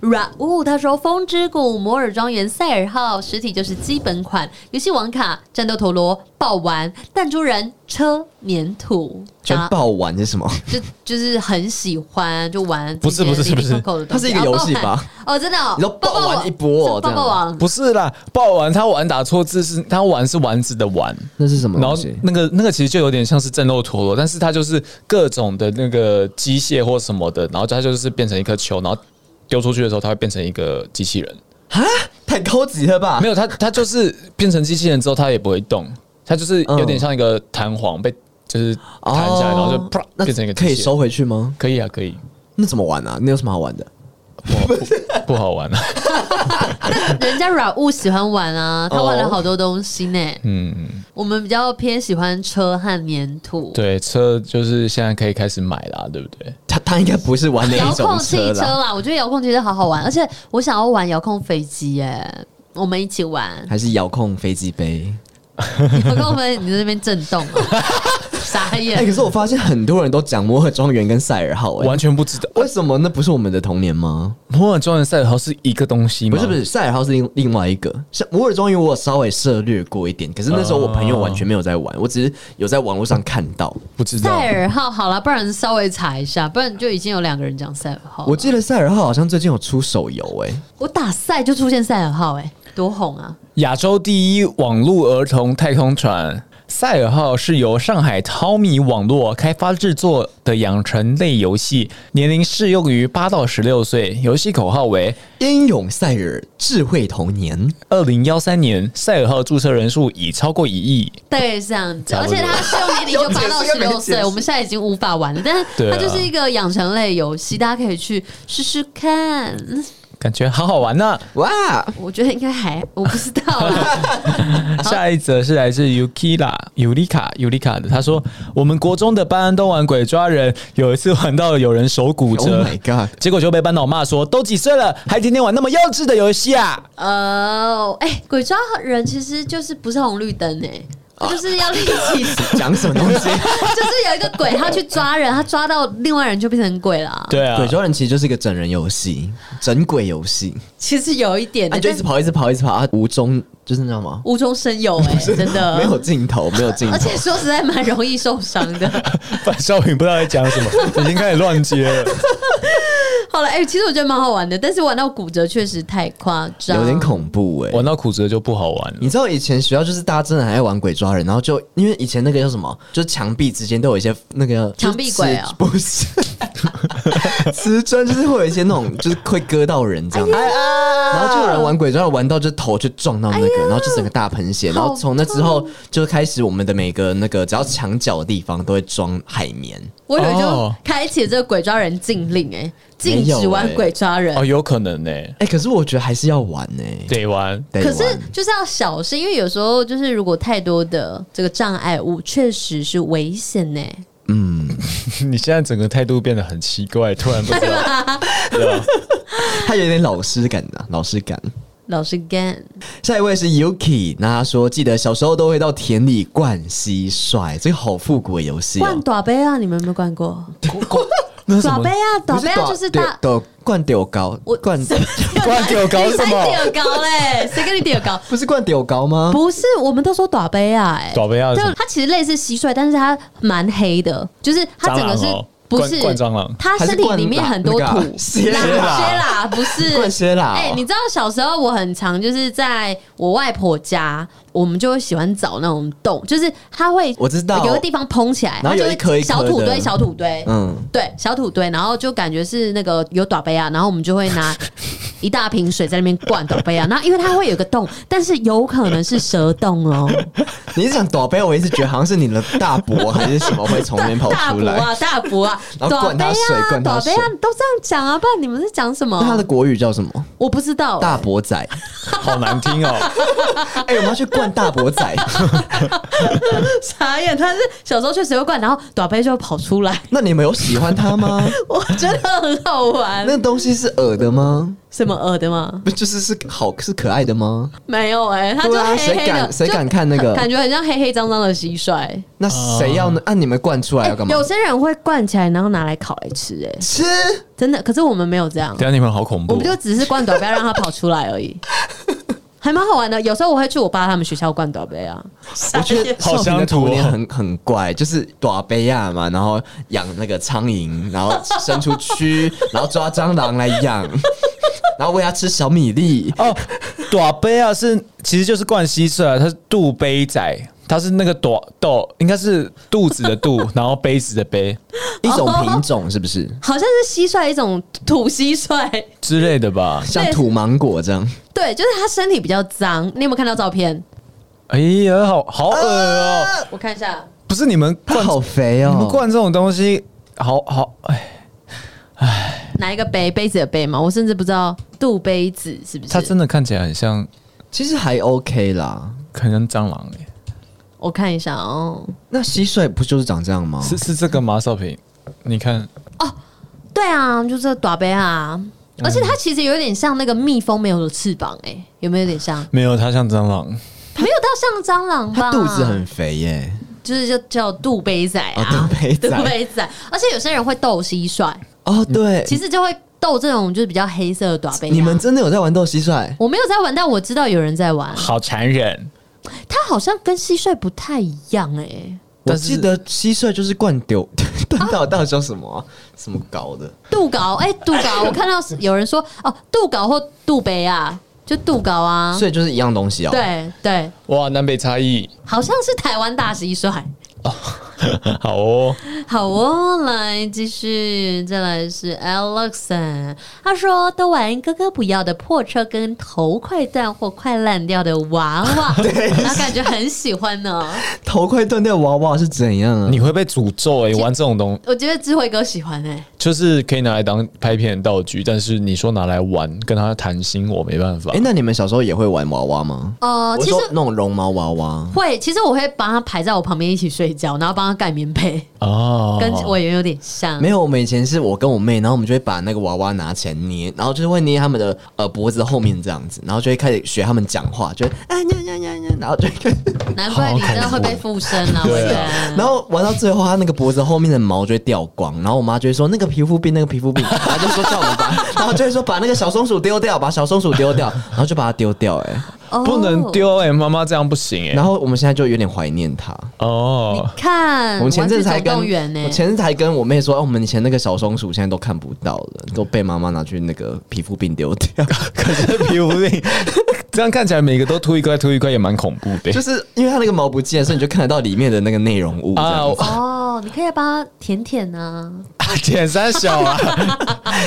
[SPEAKER 1] 软物，他说《风之谷》《摩尔庄园》《塞尔号》实体就是基本款，游戏王卡、战斗陀螺、爆丸、弹珠人、车、粘土，
[SPEAKER 4] 全
[SPEAKER 1] 啊
[SPEAKER 4] 爆完是什么？
[SPEAKER 1] 就就是很喜欢就玩
[SPEAKER 2] 不是不是不是
[SPEAKER 1] 它
[SPEAKER 4] 它是一个游戏吧？
[SPEAKER 1] 哦，真的哦，
[SPEAKER 4] 你说爆完
[SPEAKER 1] 网
[SPEAKER 4] 一波哦
[SPEAKER 1] 是爆啊爆 网
[SPEAKER 2] 不是啦，爆丸他玩打错字是，他玩是丸子的丸，
[SPEAKER 4] 那是什么
[SPEAKER 2] 然
[SPEAKER 4] 东
[SPEAKER 2] 后
[SPEAKER 4] 西？
[SPEAKER 2] 那个那个其实就有点像是战斗陀螺，但是它就是各种的那个机械或什么的，然后它就是变成一颗球，然后丢出去的时候，它会变成一个机器人。
[SPEAKER 4] 啊，太高级了吧？
[SPEAKER 2] 没有，它它就是变成机器人之后，它也不会动，它就是有点像一个弹簧被就是
[SPEAKER 4] 嗯哦，
[SPEAKER 2] 弹起来，然后就啪
[SPEAKER 4] 那
[SPEAKER 2] 变成一个机
[SPEAKER 4] 可
[SPEAKER 2] 器
[SPEAKER 4] 以
[SPEAKER 2] 人
[SPEAKER 4] 收，回去吗？
[SPEAKER 2] 可以啊，可以，
[SPEAKER 4] 那怎么玩啊？那有什么好玩的？
[SPEAKER 2] 不好玩啊，
[SPEAKER 1] 人家软物喜欢玩啊，他
[SPEAKER 4] 哦
[SPEAKER 1] 玩了好多东西呢。
[SPEAKER 2] 嗯，
[SPEAKER 1] 我们比较偏喜欢车和粘土。
[SPEAKER 2] 对，车就是现在可以开始买啦，对不对？
[SPEAKER 4] 他他应该不是玩那
[SPEAKER 1] 遥
[SPEAKER 4] 一种
[SPEAKER 1] 控汽车
[SPEAKER 4] 啦，。
[SPEAKER 1] 啦，我觉得遥控汽车好好玩，而且我想要玩遥控飞机耶，我们一起玩
[SPEAKER 4] 还是遥控飞机杯？
[SPEAKER 1] 遥控飞，你在那边震动、啊， 傻眼。
[SPEAKER 4] 哎，可是我发现很多人都讲摩尔庄园跟塞尔号，哎
[SPEAKER 2] 完全不知道，
[SPEAKER 4] 为什么？那不是我们的童年吗？
[SPEAKER 2] 摩尔庄园赛尔号是一个东西吗？
[SPEAKER 4] 不是不是，塞尔号是另另外一个。像摩尔庄园，我有稍微涉略过一点，可是那时候我朋友完全没有在玩，我只是有在网络上看到。
[SPEAKER 2] 不知道
[SPEAKER 1] 塞，尔号好了，不然稍微查一下，不然就已经有两个人讲塞尔号了。
[SPEAKER 4] 我记得塞尔号好像最近有出手游、哎，
[SPEAKER 1] 我打赛就出现赛尔号、哎，多红啊！
[SPEAKER 2] 亚洲第一网络儿童太空船赛尔号是由上海淘米网络开发制作的养成类游戏，年龄适用于八到十六岁。游戏口号为
[SPEAKER 4] 英勇塞尔，智慧童年。
[SPEAKER 2] 二零幺三年赛尔号注册人数已超过一亿。
[SPEAKER 1] 对，是这样子，
[SPEAKER 2] 差
[SPEAKER 1] 而
[SPEAKER 2] 不多
[SPEAKER 1] 且它适用年龄就八到十六岁，我们现在已经无法玩了。但是
[SPEAKER 2] 对
[SPEAKER 1] 它
[SPEAKER 2] 啊
[SPEAKER 1] 就是一个养成类游戏，大家可以去试试看。
[SPEAKER 2] 感觉好好玩啊呢、
[SPEAKER 4] 哇，
[SPEAKER 1] 我觉得应该还，我不知道啦。
[SPEAKER 2] 下一则是来自 Yukila Yulika Yulika 的，他说：“我们国中的班都玩鬼抓人，有一次玩到有人手骨
[SPEAKER 4] Oh
[SPEAKER 2] 折
[SPEAKER 4] my god
[SPEAKER 2] 结果就被班导骂说：都几岁了，还天天玩那么幼稚的游戏啊！
[SPEAKER 1] 呃，哎，鬼抓人其实就是不是红绿灯哎、它就是要立起，
[SPEAKER 4] 讲什么东西？
[SPEAKER 1] 啊就是有一个鬼，他去抓人，他抓到另外人就变成鬼了。，
[SPEAKER 2] 对啊，
[SPEAKER 4] 鬼抓人其实就是一个整人游戏，整鬼游戏，
[SPEAKER 1] 其实有一点、
[SPEAKER 4] 啊，你就一直
[SPEAKER 1] 哎但
[SPEAKER 4] 跑，一直跑，一直跑，啊，无中就是那叫什么？
[SPEAKER 1] 无中生有哎、真的
[SPEAKER 4] 没有尽头，没有尽
[SPEAKER 1] 而
[SPEAKER 4] 头
[SPEAKER 1] 且。说实在蛮容易受伤的。
[SPEAKER 2] 范少云不知道在讲什么， 已经开始乱接了。
[SPEAKER 1] 好了，哎、其实我觉得蛮好玩的，但是玩到骨折确实太夸张，
[SPEAKER 4] 有点。恐怖哎、
[SPEAKER 2] 玩到苦折就不好玩了
[SPEAKER 4] 你。知道以前学校就是大家真的很爱玩鬼抓人，然后就因为以前那个叫什么，就是墙壁之间都有一些那个
[SPEAKER 1] 墙壁鬼
[SPEAKER 4] 啊
[SPEAKER 1] 哦，
[SPEAKER 4] 不是瓷砖，就是会有一些那种就是会割到人这样。
[SPEAKER 1] 哎
[SPEAKER 4] 然后就有人玩鬼抓人，玩到就头就撞到那个，然后就整个大喷血。然后从那之后就开始，我们的每个那个只要墙角的地方都会装海绵。
[SPEAKER 1] 我有就
[SPEAKER 2] 哦
[SPEAKER 1] 开启这个鬼抓人禁令、哎，禁止玩鬼抓人。
[SPEAKER 2] 哦，有可能呢、
[SPEAKER 4] 哎、可是我觉得还是要玩呢、
[SPEAKER 2] 得 玩。
[SPEAKER 4] 得
[SPEAKER 1] 可是
[SPEAKER 4] 玩
[SPEAKER 1] 就是要小心，因为有时候就是如果太多的这个障碍物，确实是危险呢、
[SPEAKER 2] 你现在整个态度变得很奇怪，突然不知道。对 啊，
[SPEAKER 4] 他有点老师感的、啊老师感。
[SPEAKER 1] 老实干，
[SPEAKER 4] 下一位是 Yuki，那他说记得小时候都会到田里灌蟋蟀，这个好复古的游戏
[SPEAKER 1] 灌
[SPEAKER 4] 哦。
[SPEAKER 1] 短杯啊，你们有没有灌过？
[SPEAKER 2] 那是什
[SPEAKER 1] 短
[SPEAKER 2] 么
[SPEAKER 1] 杯？啊，短杯啊，就是大。
[SPEAKER 4] 豆灌丢高，
[SPEAKER 1] 我
[SPEAKER 4] 灌
[SPEAKER 2] 灌丢高是什么
[SPEAKER 1] 你才丢高嘞，谁跟你丢高？
[SPEAKER 4] 不是灌丢高吗？
[SPEAKER 1] 不是，我们都说短杯啊、哎，
[SPEAKER 2] 爪杯啊
[SPEAKER 1] 就
[SPEAKER 2] 什么
[SPEAKER 1] 它其实类似蟋蟀，但是它蛮黑的，就是它整个是
[SPEAKER 2] 蟑螂哦
[SPEAKER 1] 不
[SPEAKER 2] 灌
[SPEAKER 1] 是
[SPEAKER 2] 灌 蟑螂
[SPEAKER 1] 它身体里面很多土
[SPEAKER 4] 还是灌 那个啊
[SPEAKER 1] 啦
[SPEAKER 4] 蝎啦
[SPEAKER 1] 蝎啦不是
[SPEAKER 4] 灌蝎啦哦
[SPEAKER 1] 哎、你知道小时候我很常就是在我外婆家，我们就会喜欢找那种洞，就是它会
[SPEAKER 4] 我知道
[SPEAKER 1] 有个地方蓬起来，
[SPEAKER 4] 然后
[SPEAKER 1] 它
[SPEAKER 4] 有
[SPEAKER 1] 就会
[SPEAKER 4] 一颗一颗
[SPEAKER 1] 小土堆
[SPEAKER 4] 的
[SPEAKER 1] 小土堆，
[SPEAKER 4] 嗯，
[SPEAKER 1] 对，小土堆，然后就感觉是那个有短杯啊，然后我们就会拿一大瓶水在那边灌短杯啊，然后因为它会有个洞，但是有可能是蛇洞哦，
[SPEAKER 4] 你是讲短杯，我一直觉得好像是你的大伯还是什么会从里面跑
[SPEAKER 1] 大
[SPEAKER 4] 出
[SPEAKER 1] 伯
[SPEAKER 4] 来。
[SPEAKER 1] 啊，大伯啊，
[SPEAKER 4] 然后
[SPEAKER 1] 短
[SPEAKER 4] 灌
[SPEAKER 1] 杯
[SPEAKER 4] 他水
[SPEAKER 1] 啊，
[SPEAKER 4] 灌他
[SPEAKER 1] 短杯啊
[SPEAKER 4] 水，
[SPEAKER 1] 都这样讲啊，不然你们在讲什
[SPEAKER 4] 那他的
[SPEAKER 1] 么？
[SPEAKER 4] 国语叫什么？
[SPEAKER 1] 我不知道、
[SPEAKER 4] 大伯仔。
[SPEAKER 2] 好难听哦。
[SPEAKER 4] 哎、我们要去灌大伯 仔。
[SPEAKER 1] 傻眼，他是小时候确实会灌，然后短杯就会跑出来，
[SPEAKER 4] 那你们有喜欢他吗？
[SPEAKER 1] 我觉得很好玩。
[SPEAKER 4] 那东西是饵的吗？
[SPEAKER 1] 什么呃的吗？
[SPEAKER 4] 不就是是好是可爱的吗？
[SPEAKER 1] 没有哎、他就
[SPEAKER 4] 对啊，
[SPEAKER 1] 黑
[SPEAKER 4] 谁
[SPEAKER 1] 黑的，
[SPEAKER 4] 敢谁
[SPEAKER 1] 就
[SPEAKER 4] 敢看那个？
[SPEAKER 1] 感觉很像黑黑脏脏的蟋蟀。
[SPEAKER 4] 那谁要呢？按、啊你们灌出来要干嘛
[SPEAKER 1] 哎有？些人会灌起来，然后拿来烤来吃、哎，
[SPEAKER 4] 吃
[SPEAKER 1] 真的。可是我们没有这样，
[SPEAKER 2] 等一下你们好恐
[SPEAKER 1] 我
[SPEAKER 2] 怖哦
[SPEAKER 1] 们，就只是灌短杯，让它跑出来而已，还蛮好玩的。有时候我会去我爸他们学校灌短杯啊，
[SPEAKER 4] 我觉得
[SPEAKER 2] 好
[SPEAKER 4] 少平
[SPEAKER 2] 乡
[SPEAKER 4] 的
[SPEAKER 2] 土哦
[SPEAKER 4] 童年很很怪，就是朵贝亚嘛，然后养那个苍蝇，然后伸出蛆，然后抓蟑螂来养，然后喂它吃小米粒。
[SPEAKER 2] 哦，短杯啊，是其实就是灌蟋蟀啊，它是肚杯仔，它是那个短豆，应该是肚子的肚，然后杯子的杯
[SPEAKER 4] 一种品种是不是？
[SPEAKER 1] 好像是蟋蟀一种土蟋蟀。
[SPEAKER 2] 之类的吧。
[SPEAKER 4] 像土芒果这样，
[SPEAKER 1] 对，就是它身体比较脏。你有没有看到照片？
[SPEAKER 2] 哎呀，好好恶哦、
[SPEAKER 1] 我看一下，
[SPEAKER 2] 不是你们
[SPEAKER 4] 它
[SPEAKER 2] 灌，
[SPEAKER 4] 好肥
[SPEAKER 2] 你们
[SPEAKER 4] 哦！
[SPEAKER 2] 灌这种东西，好好哎，
[SPEAKER 1] 哪一个杯？杯子的杯嘛，我甚至不知道杜杯子是不是。
[SPEAKER 2] 它真的看起来很像，
[SPEAKER 4] 其实还 OK 啦。
[SPEAKER 2] 很像蟑螂哎、
[SPEAKER 1] 我看一下哦。
[SPEAKER 4] 那蟋蟀不就是长这样吗？
[SPEAKER 2] 是是这个吗？少平，你看，
[SPEAKER 1] 对啊，就是这短杯啊，
[SPEAKER 4] 嗯
[SPEAKER 1] 而且它其实有点像那个蜜蜂没有的翅膀、哎，有没有有点像？
[SPEAKER 2] 没有，它像蟑螂。
[SPEAKER 1] 没有到像蟑螂吧？
[SPEAKER 4] 它肚子很肥耶，
[SPEAKER 1] 就是就叫杜杯仔啊，
[SPEAKER 4] 哦杜杯仔
[SPEAKER 1] 杜杯仔。而且有些人会斗蟋蟀，
[SPEAKER 4] 哦，对，
[SPEAKER 1] 其实就会斗这种就是比较黑色的短杯、啊。
[SPEAKER 4] 你们真的有在玩斗蟋蟀？
[SPEAKER 1] 我没有在玩，但我知道有人在玩。啊
[SPEAKER 2] 好残忍。
[SPEAKER 1] 它好像跟蟋蟀不太一样哎、
[SPEAKER 4] 我
[SPEAKER 2] 但是
[SPEAKER 4] 记得蟋蟀就是灌丢，
[SPEAKER 1] 啊
[SPEAKER 4] 但到底到底叫什么啊、什么搞的？
[SPEAKER 1] 杜稿哎、杜稿，我看到有人说哦，杜稿或杜杯啊，就杜稿啊。
[SPEAKER 4] 所以就是一样东西哦。，
[SPEAKER 1] 对对，
[SPEAKER 2] 哇，南北差异，
[SPEAKER 1] 好像是台湾大蟋蟀。
[SPEAKER 2] 好哦。
[SPEAKER 1] 好哦，来继续，再来是 Alexon，他说都玩哥哥不要的破车跟头快断或快烂掉的娃 娃，他感觉很喜欢哦呢。
[SPEAKER 4] 头盔断掉娃娃是怎样啊？
[SPEAKER 2] 你会被诅咒哎、玩这种东
[SPEAKER 1] 我觉得智慧哥喜欢哎、
[SPEAKER 2] 就是可以拿来当拍片的道具，但是你说拿来玩，跟他谈心，我没办法。
[SPEAKER 4] 哎、那你们小时候也会玩娃娃吗？
[SPEAKER 1] 哦、
[SPEAKER 4] 我
[SPEAKER 1] 其实
[SPEAKER 4] 说那种绒毛娃娃，
[SPEAKER 1] 会，其实我会帮他排在我旁边一起睡觉，然后帮他盖棉被，
[SPEAKER 2] 哦，
[SPEAKER 1] 跟我也有点像。
[SPEAKER 4] 没有。我们以前是我跟我妹，然后我们就会把那个娃娃拿起来捏，然后就是会捏他们的呃脖子后面这样子，然后就会开始学他们讲话，就会啊呀呀呀呀，然后就会开始，
[SPEAKER 1] 难怪你真的会被附身啊！我觉
[SPEAKER 2] 对
[SPEAKER 1] 得
[SPEAKER 2] 啊，
[SPEAKER 4] 然后玩到最后，他那个脖子后面的毛就会掉光，然后我妈就会说那个皮肤病，那个皮肤病，然后就说叫我们把，然后就会说把那个小松鼠丢掉，把小松鼠丢掉，然后就把它丢掉、哎，
[SPEAKER 1] 哦
[SPEAKER 2] 不能。丢哎、妈妈这样不行哎、
[SPEAKER 4] 然后我们现在就有点怀念它。
[SPEAKER 2] 哦，
[SPEAKER 1] 看，
[SPEAKER 4] 我们前阵子
[SPEAKER 1] 嗯玩
[SPEAKER 4] 才
[SPEAKER 1] 具总
[SPEAKER 4] 跟
[SPEAKER 1] 动员欸呢、
[SPEAKER 4] 我前阵子才跟我妹说，哦，我们以前那个小松鼠现在都看不到了，都被妈妈拿去那个皮肤病丢掉。
[SPEAKER 2] 可是皮肤 病，这样看起来每个都秃一块，秃一块也蛮恐怖的、欸
[SPEAKER 4] 就是因为它那个毛不见，所以你就看得到里面的那个内容物这
[SPEAKER 2] 啊
[SPEAKER 4] 样子。
[SPEAKER 1] 哦，你可以帮他舔舔啊。
[SPEAKER 2] 啊，舔三小 啊！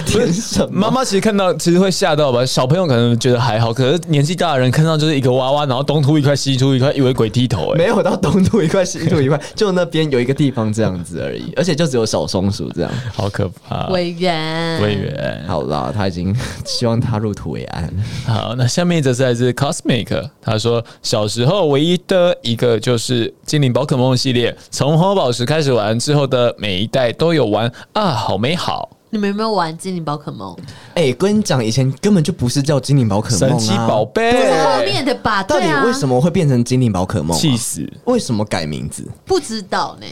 [SPEAKER 4] 天什么？
[SPEAKER 2] 妈妈其实看到其实会吓到吧，小朋友可能觉得还好，可是年纪大的人看到就是一个娃娃，然后东凸一块西凸一块，以为鬼剃头哎、
[SPEAKER 4] 没有到东吐一块西吐一块，就那边有一个地方这样子而已，而且就只有小松鼠这样。
[SPEAKER 2] 好可怕！
[SPEAKER 4] 啊
[SPEAKER 1] 委员，
[SPEAKER 2] 委员，
[SPEAKER 4] 好啦，他已经希望踏入土为安。
[SPEAKER 2] 好，那下面一则是来自 Cosmic，他说小时候唯一的一个就是精灵宝可梦系列，从红宝石开始玩之后的每一代都有玩啊，好美好，
[SPEAKER 1] 你们有没有玩精灵宝可梦？
[SPEAKER 4] 哎、跟你讲，以前根本就不是叫精灵宝可梦、啊、
[SPEAKER 2] 神奇宝，贝
[SPEAKER 1] 这是后面的吧？
[SPEAKER 4] 到
[SPEAKER 1] 对
[SPEAKER 4] 底
[SPEAKER 1] 啊，
[SPEAKER 4] 为什么会变成精灵宝可梦、
[SPEAKER 2] 气
[SPEAKER 4] 啊？
[SPEAKER 2] 死！
[SPEAKER 4] 为什么改名字？
[SPEAKER 1] 不知道呢？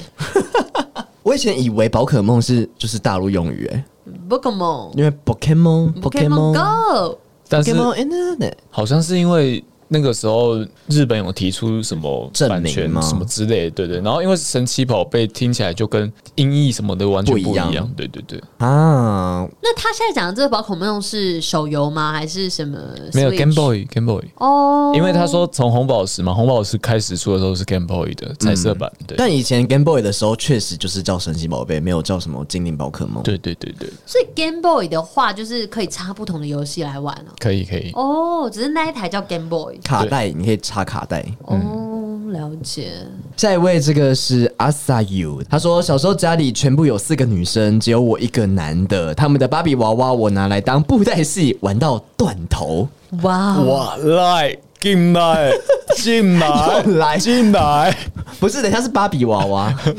[SPEAKER 4] 我以前以为宝可梦是就是大陆用语、哎，
[SPEAKER 1] 宝可梦
[SPEAKER 4] 因为 Pokemon 嗯 Pokemon
[SPEAKER 1] Go，
[SPEAKER 2] 但是
[SPEAKER 4] Pokemon Internet
[SPEAKER 2] 好像是因为那个时候日本有提出什么
[SPEAKER 4] 证明
[SPEAKER 2] 版权
[SPEAKER 4] 吗
[SPEAKER 2] 什么之类的，对对。然后因为神奇宝贝听起来就跟音译什么的完全
[SPEAKER 4] 不
[SPEAKER 2] 不
[SPEAKER 4] 一
[SPEAKER 2] 一样，
[SPEAKER 4] 样
[SPEAKER 2] 对对对，
[SPEAKER 4] 啊，
[SPEAKER 1] 那他现在讲的这个宝可梦是手游吗？还是什么？
[SPEAKER 2] 没有
[SPEAKER 1] Switch
[SPEAKER 2] Game Boy Game Boy。
[SPEAKER 1] 哦，
[SPEAKER 2] 因为他说从红宝石嘛，红宝石开始出的时候是 Game Boy 的彩色版，对
[SPEAKER 4] 但以前 Game Boy 的时候确实就是叫神奇宝贝，没有叫什么精灵宝可梦。，
[SPEAKER 2] 对对对对，
[SPEAKER 1] 所以 Game Boy 的话，就是可以插不同的游戏来玩哦。
[SPEAKER 2] 可以可以。
[SPEAKER 1] 哦，只是那一台叫 Game Boy。
[SPEAKER 4] 卡带你可以插卡带。
[SPEAKER 1] 哦，
[SPEAKER 2] 嗯
[SPEAKER 1] 了解。
[SPEAKER 4] 下一位这个是阿萨 u 他说小时候家里全部有四个女生，只有我一个男的，他们的芭比娃娃我拿来当布袋戏玩到断头。
[SPEAKER 1] 哇，哦
[SPEAKER 2] 哇赖，进来，进 来，
[SPEAKER 4] 又来
[SPEAKER 2] 进来，
[SPEAKER 4] 不是，等一下是芭比娃娃，
[SPEAKER 1] 只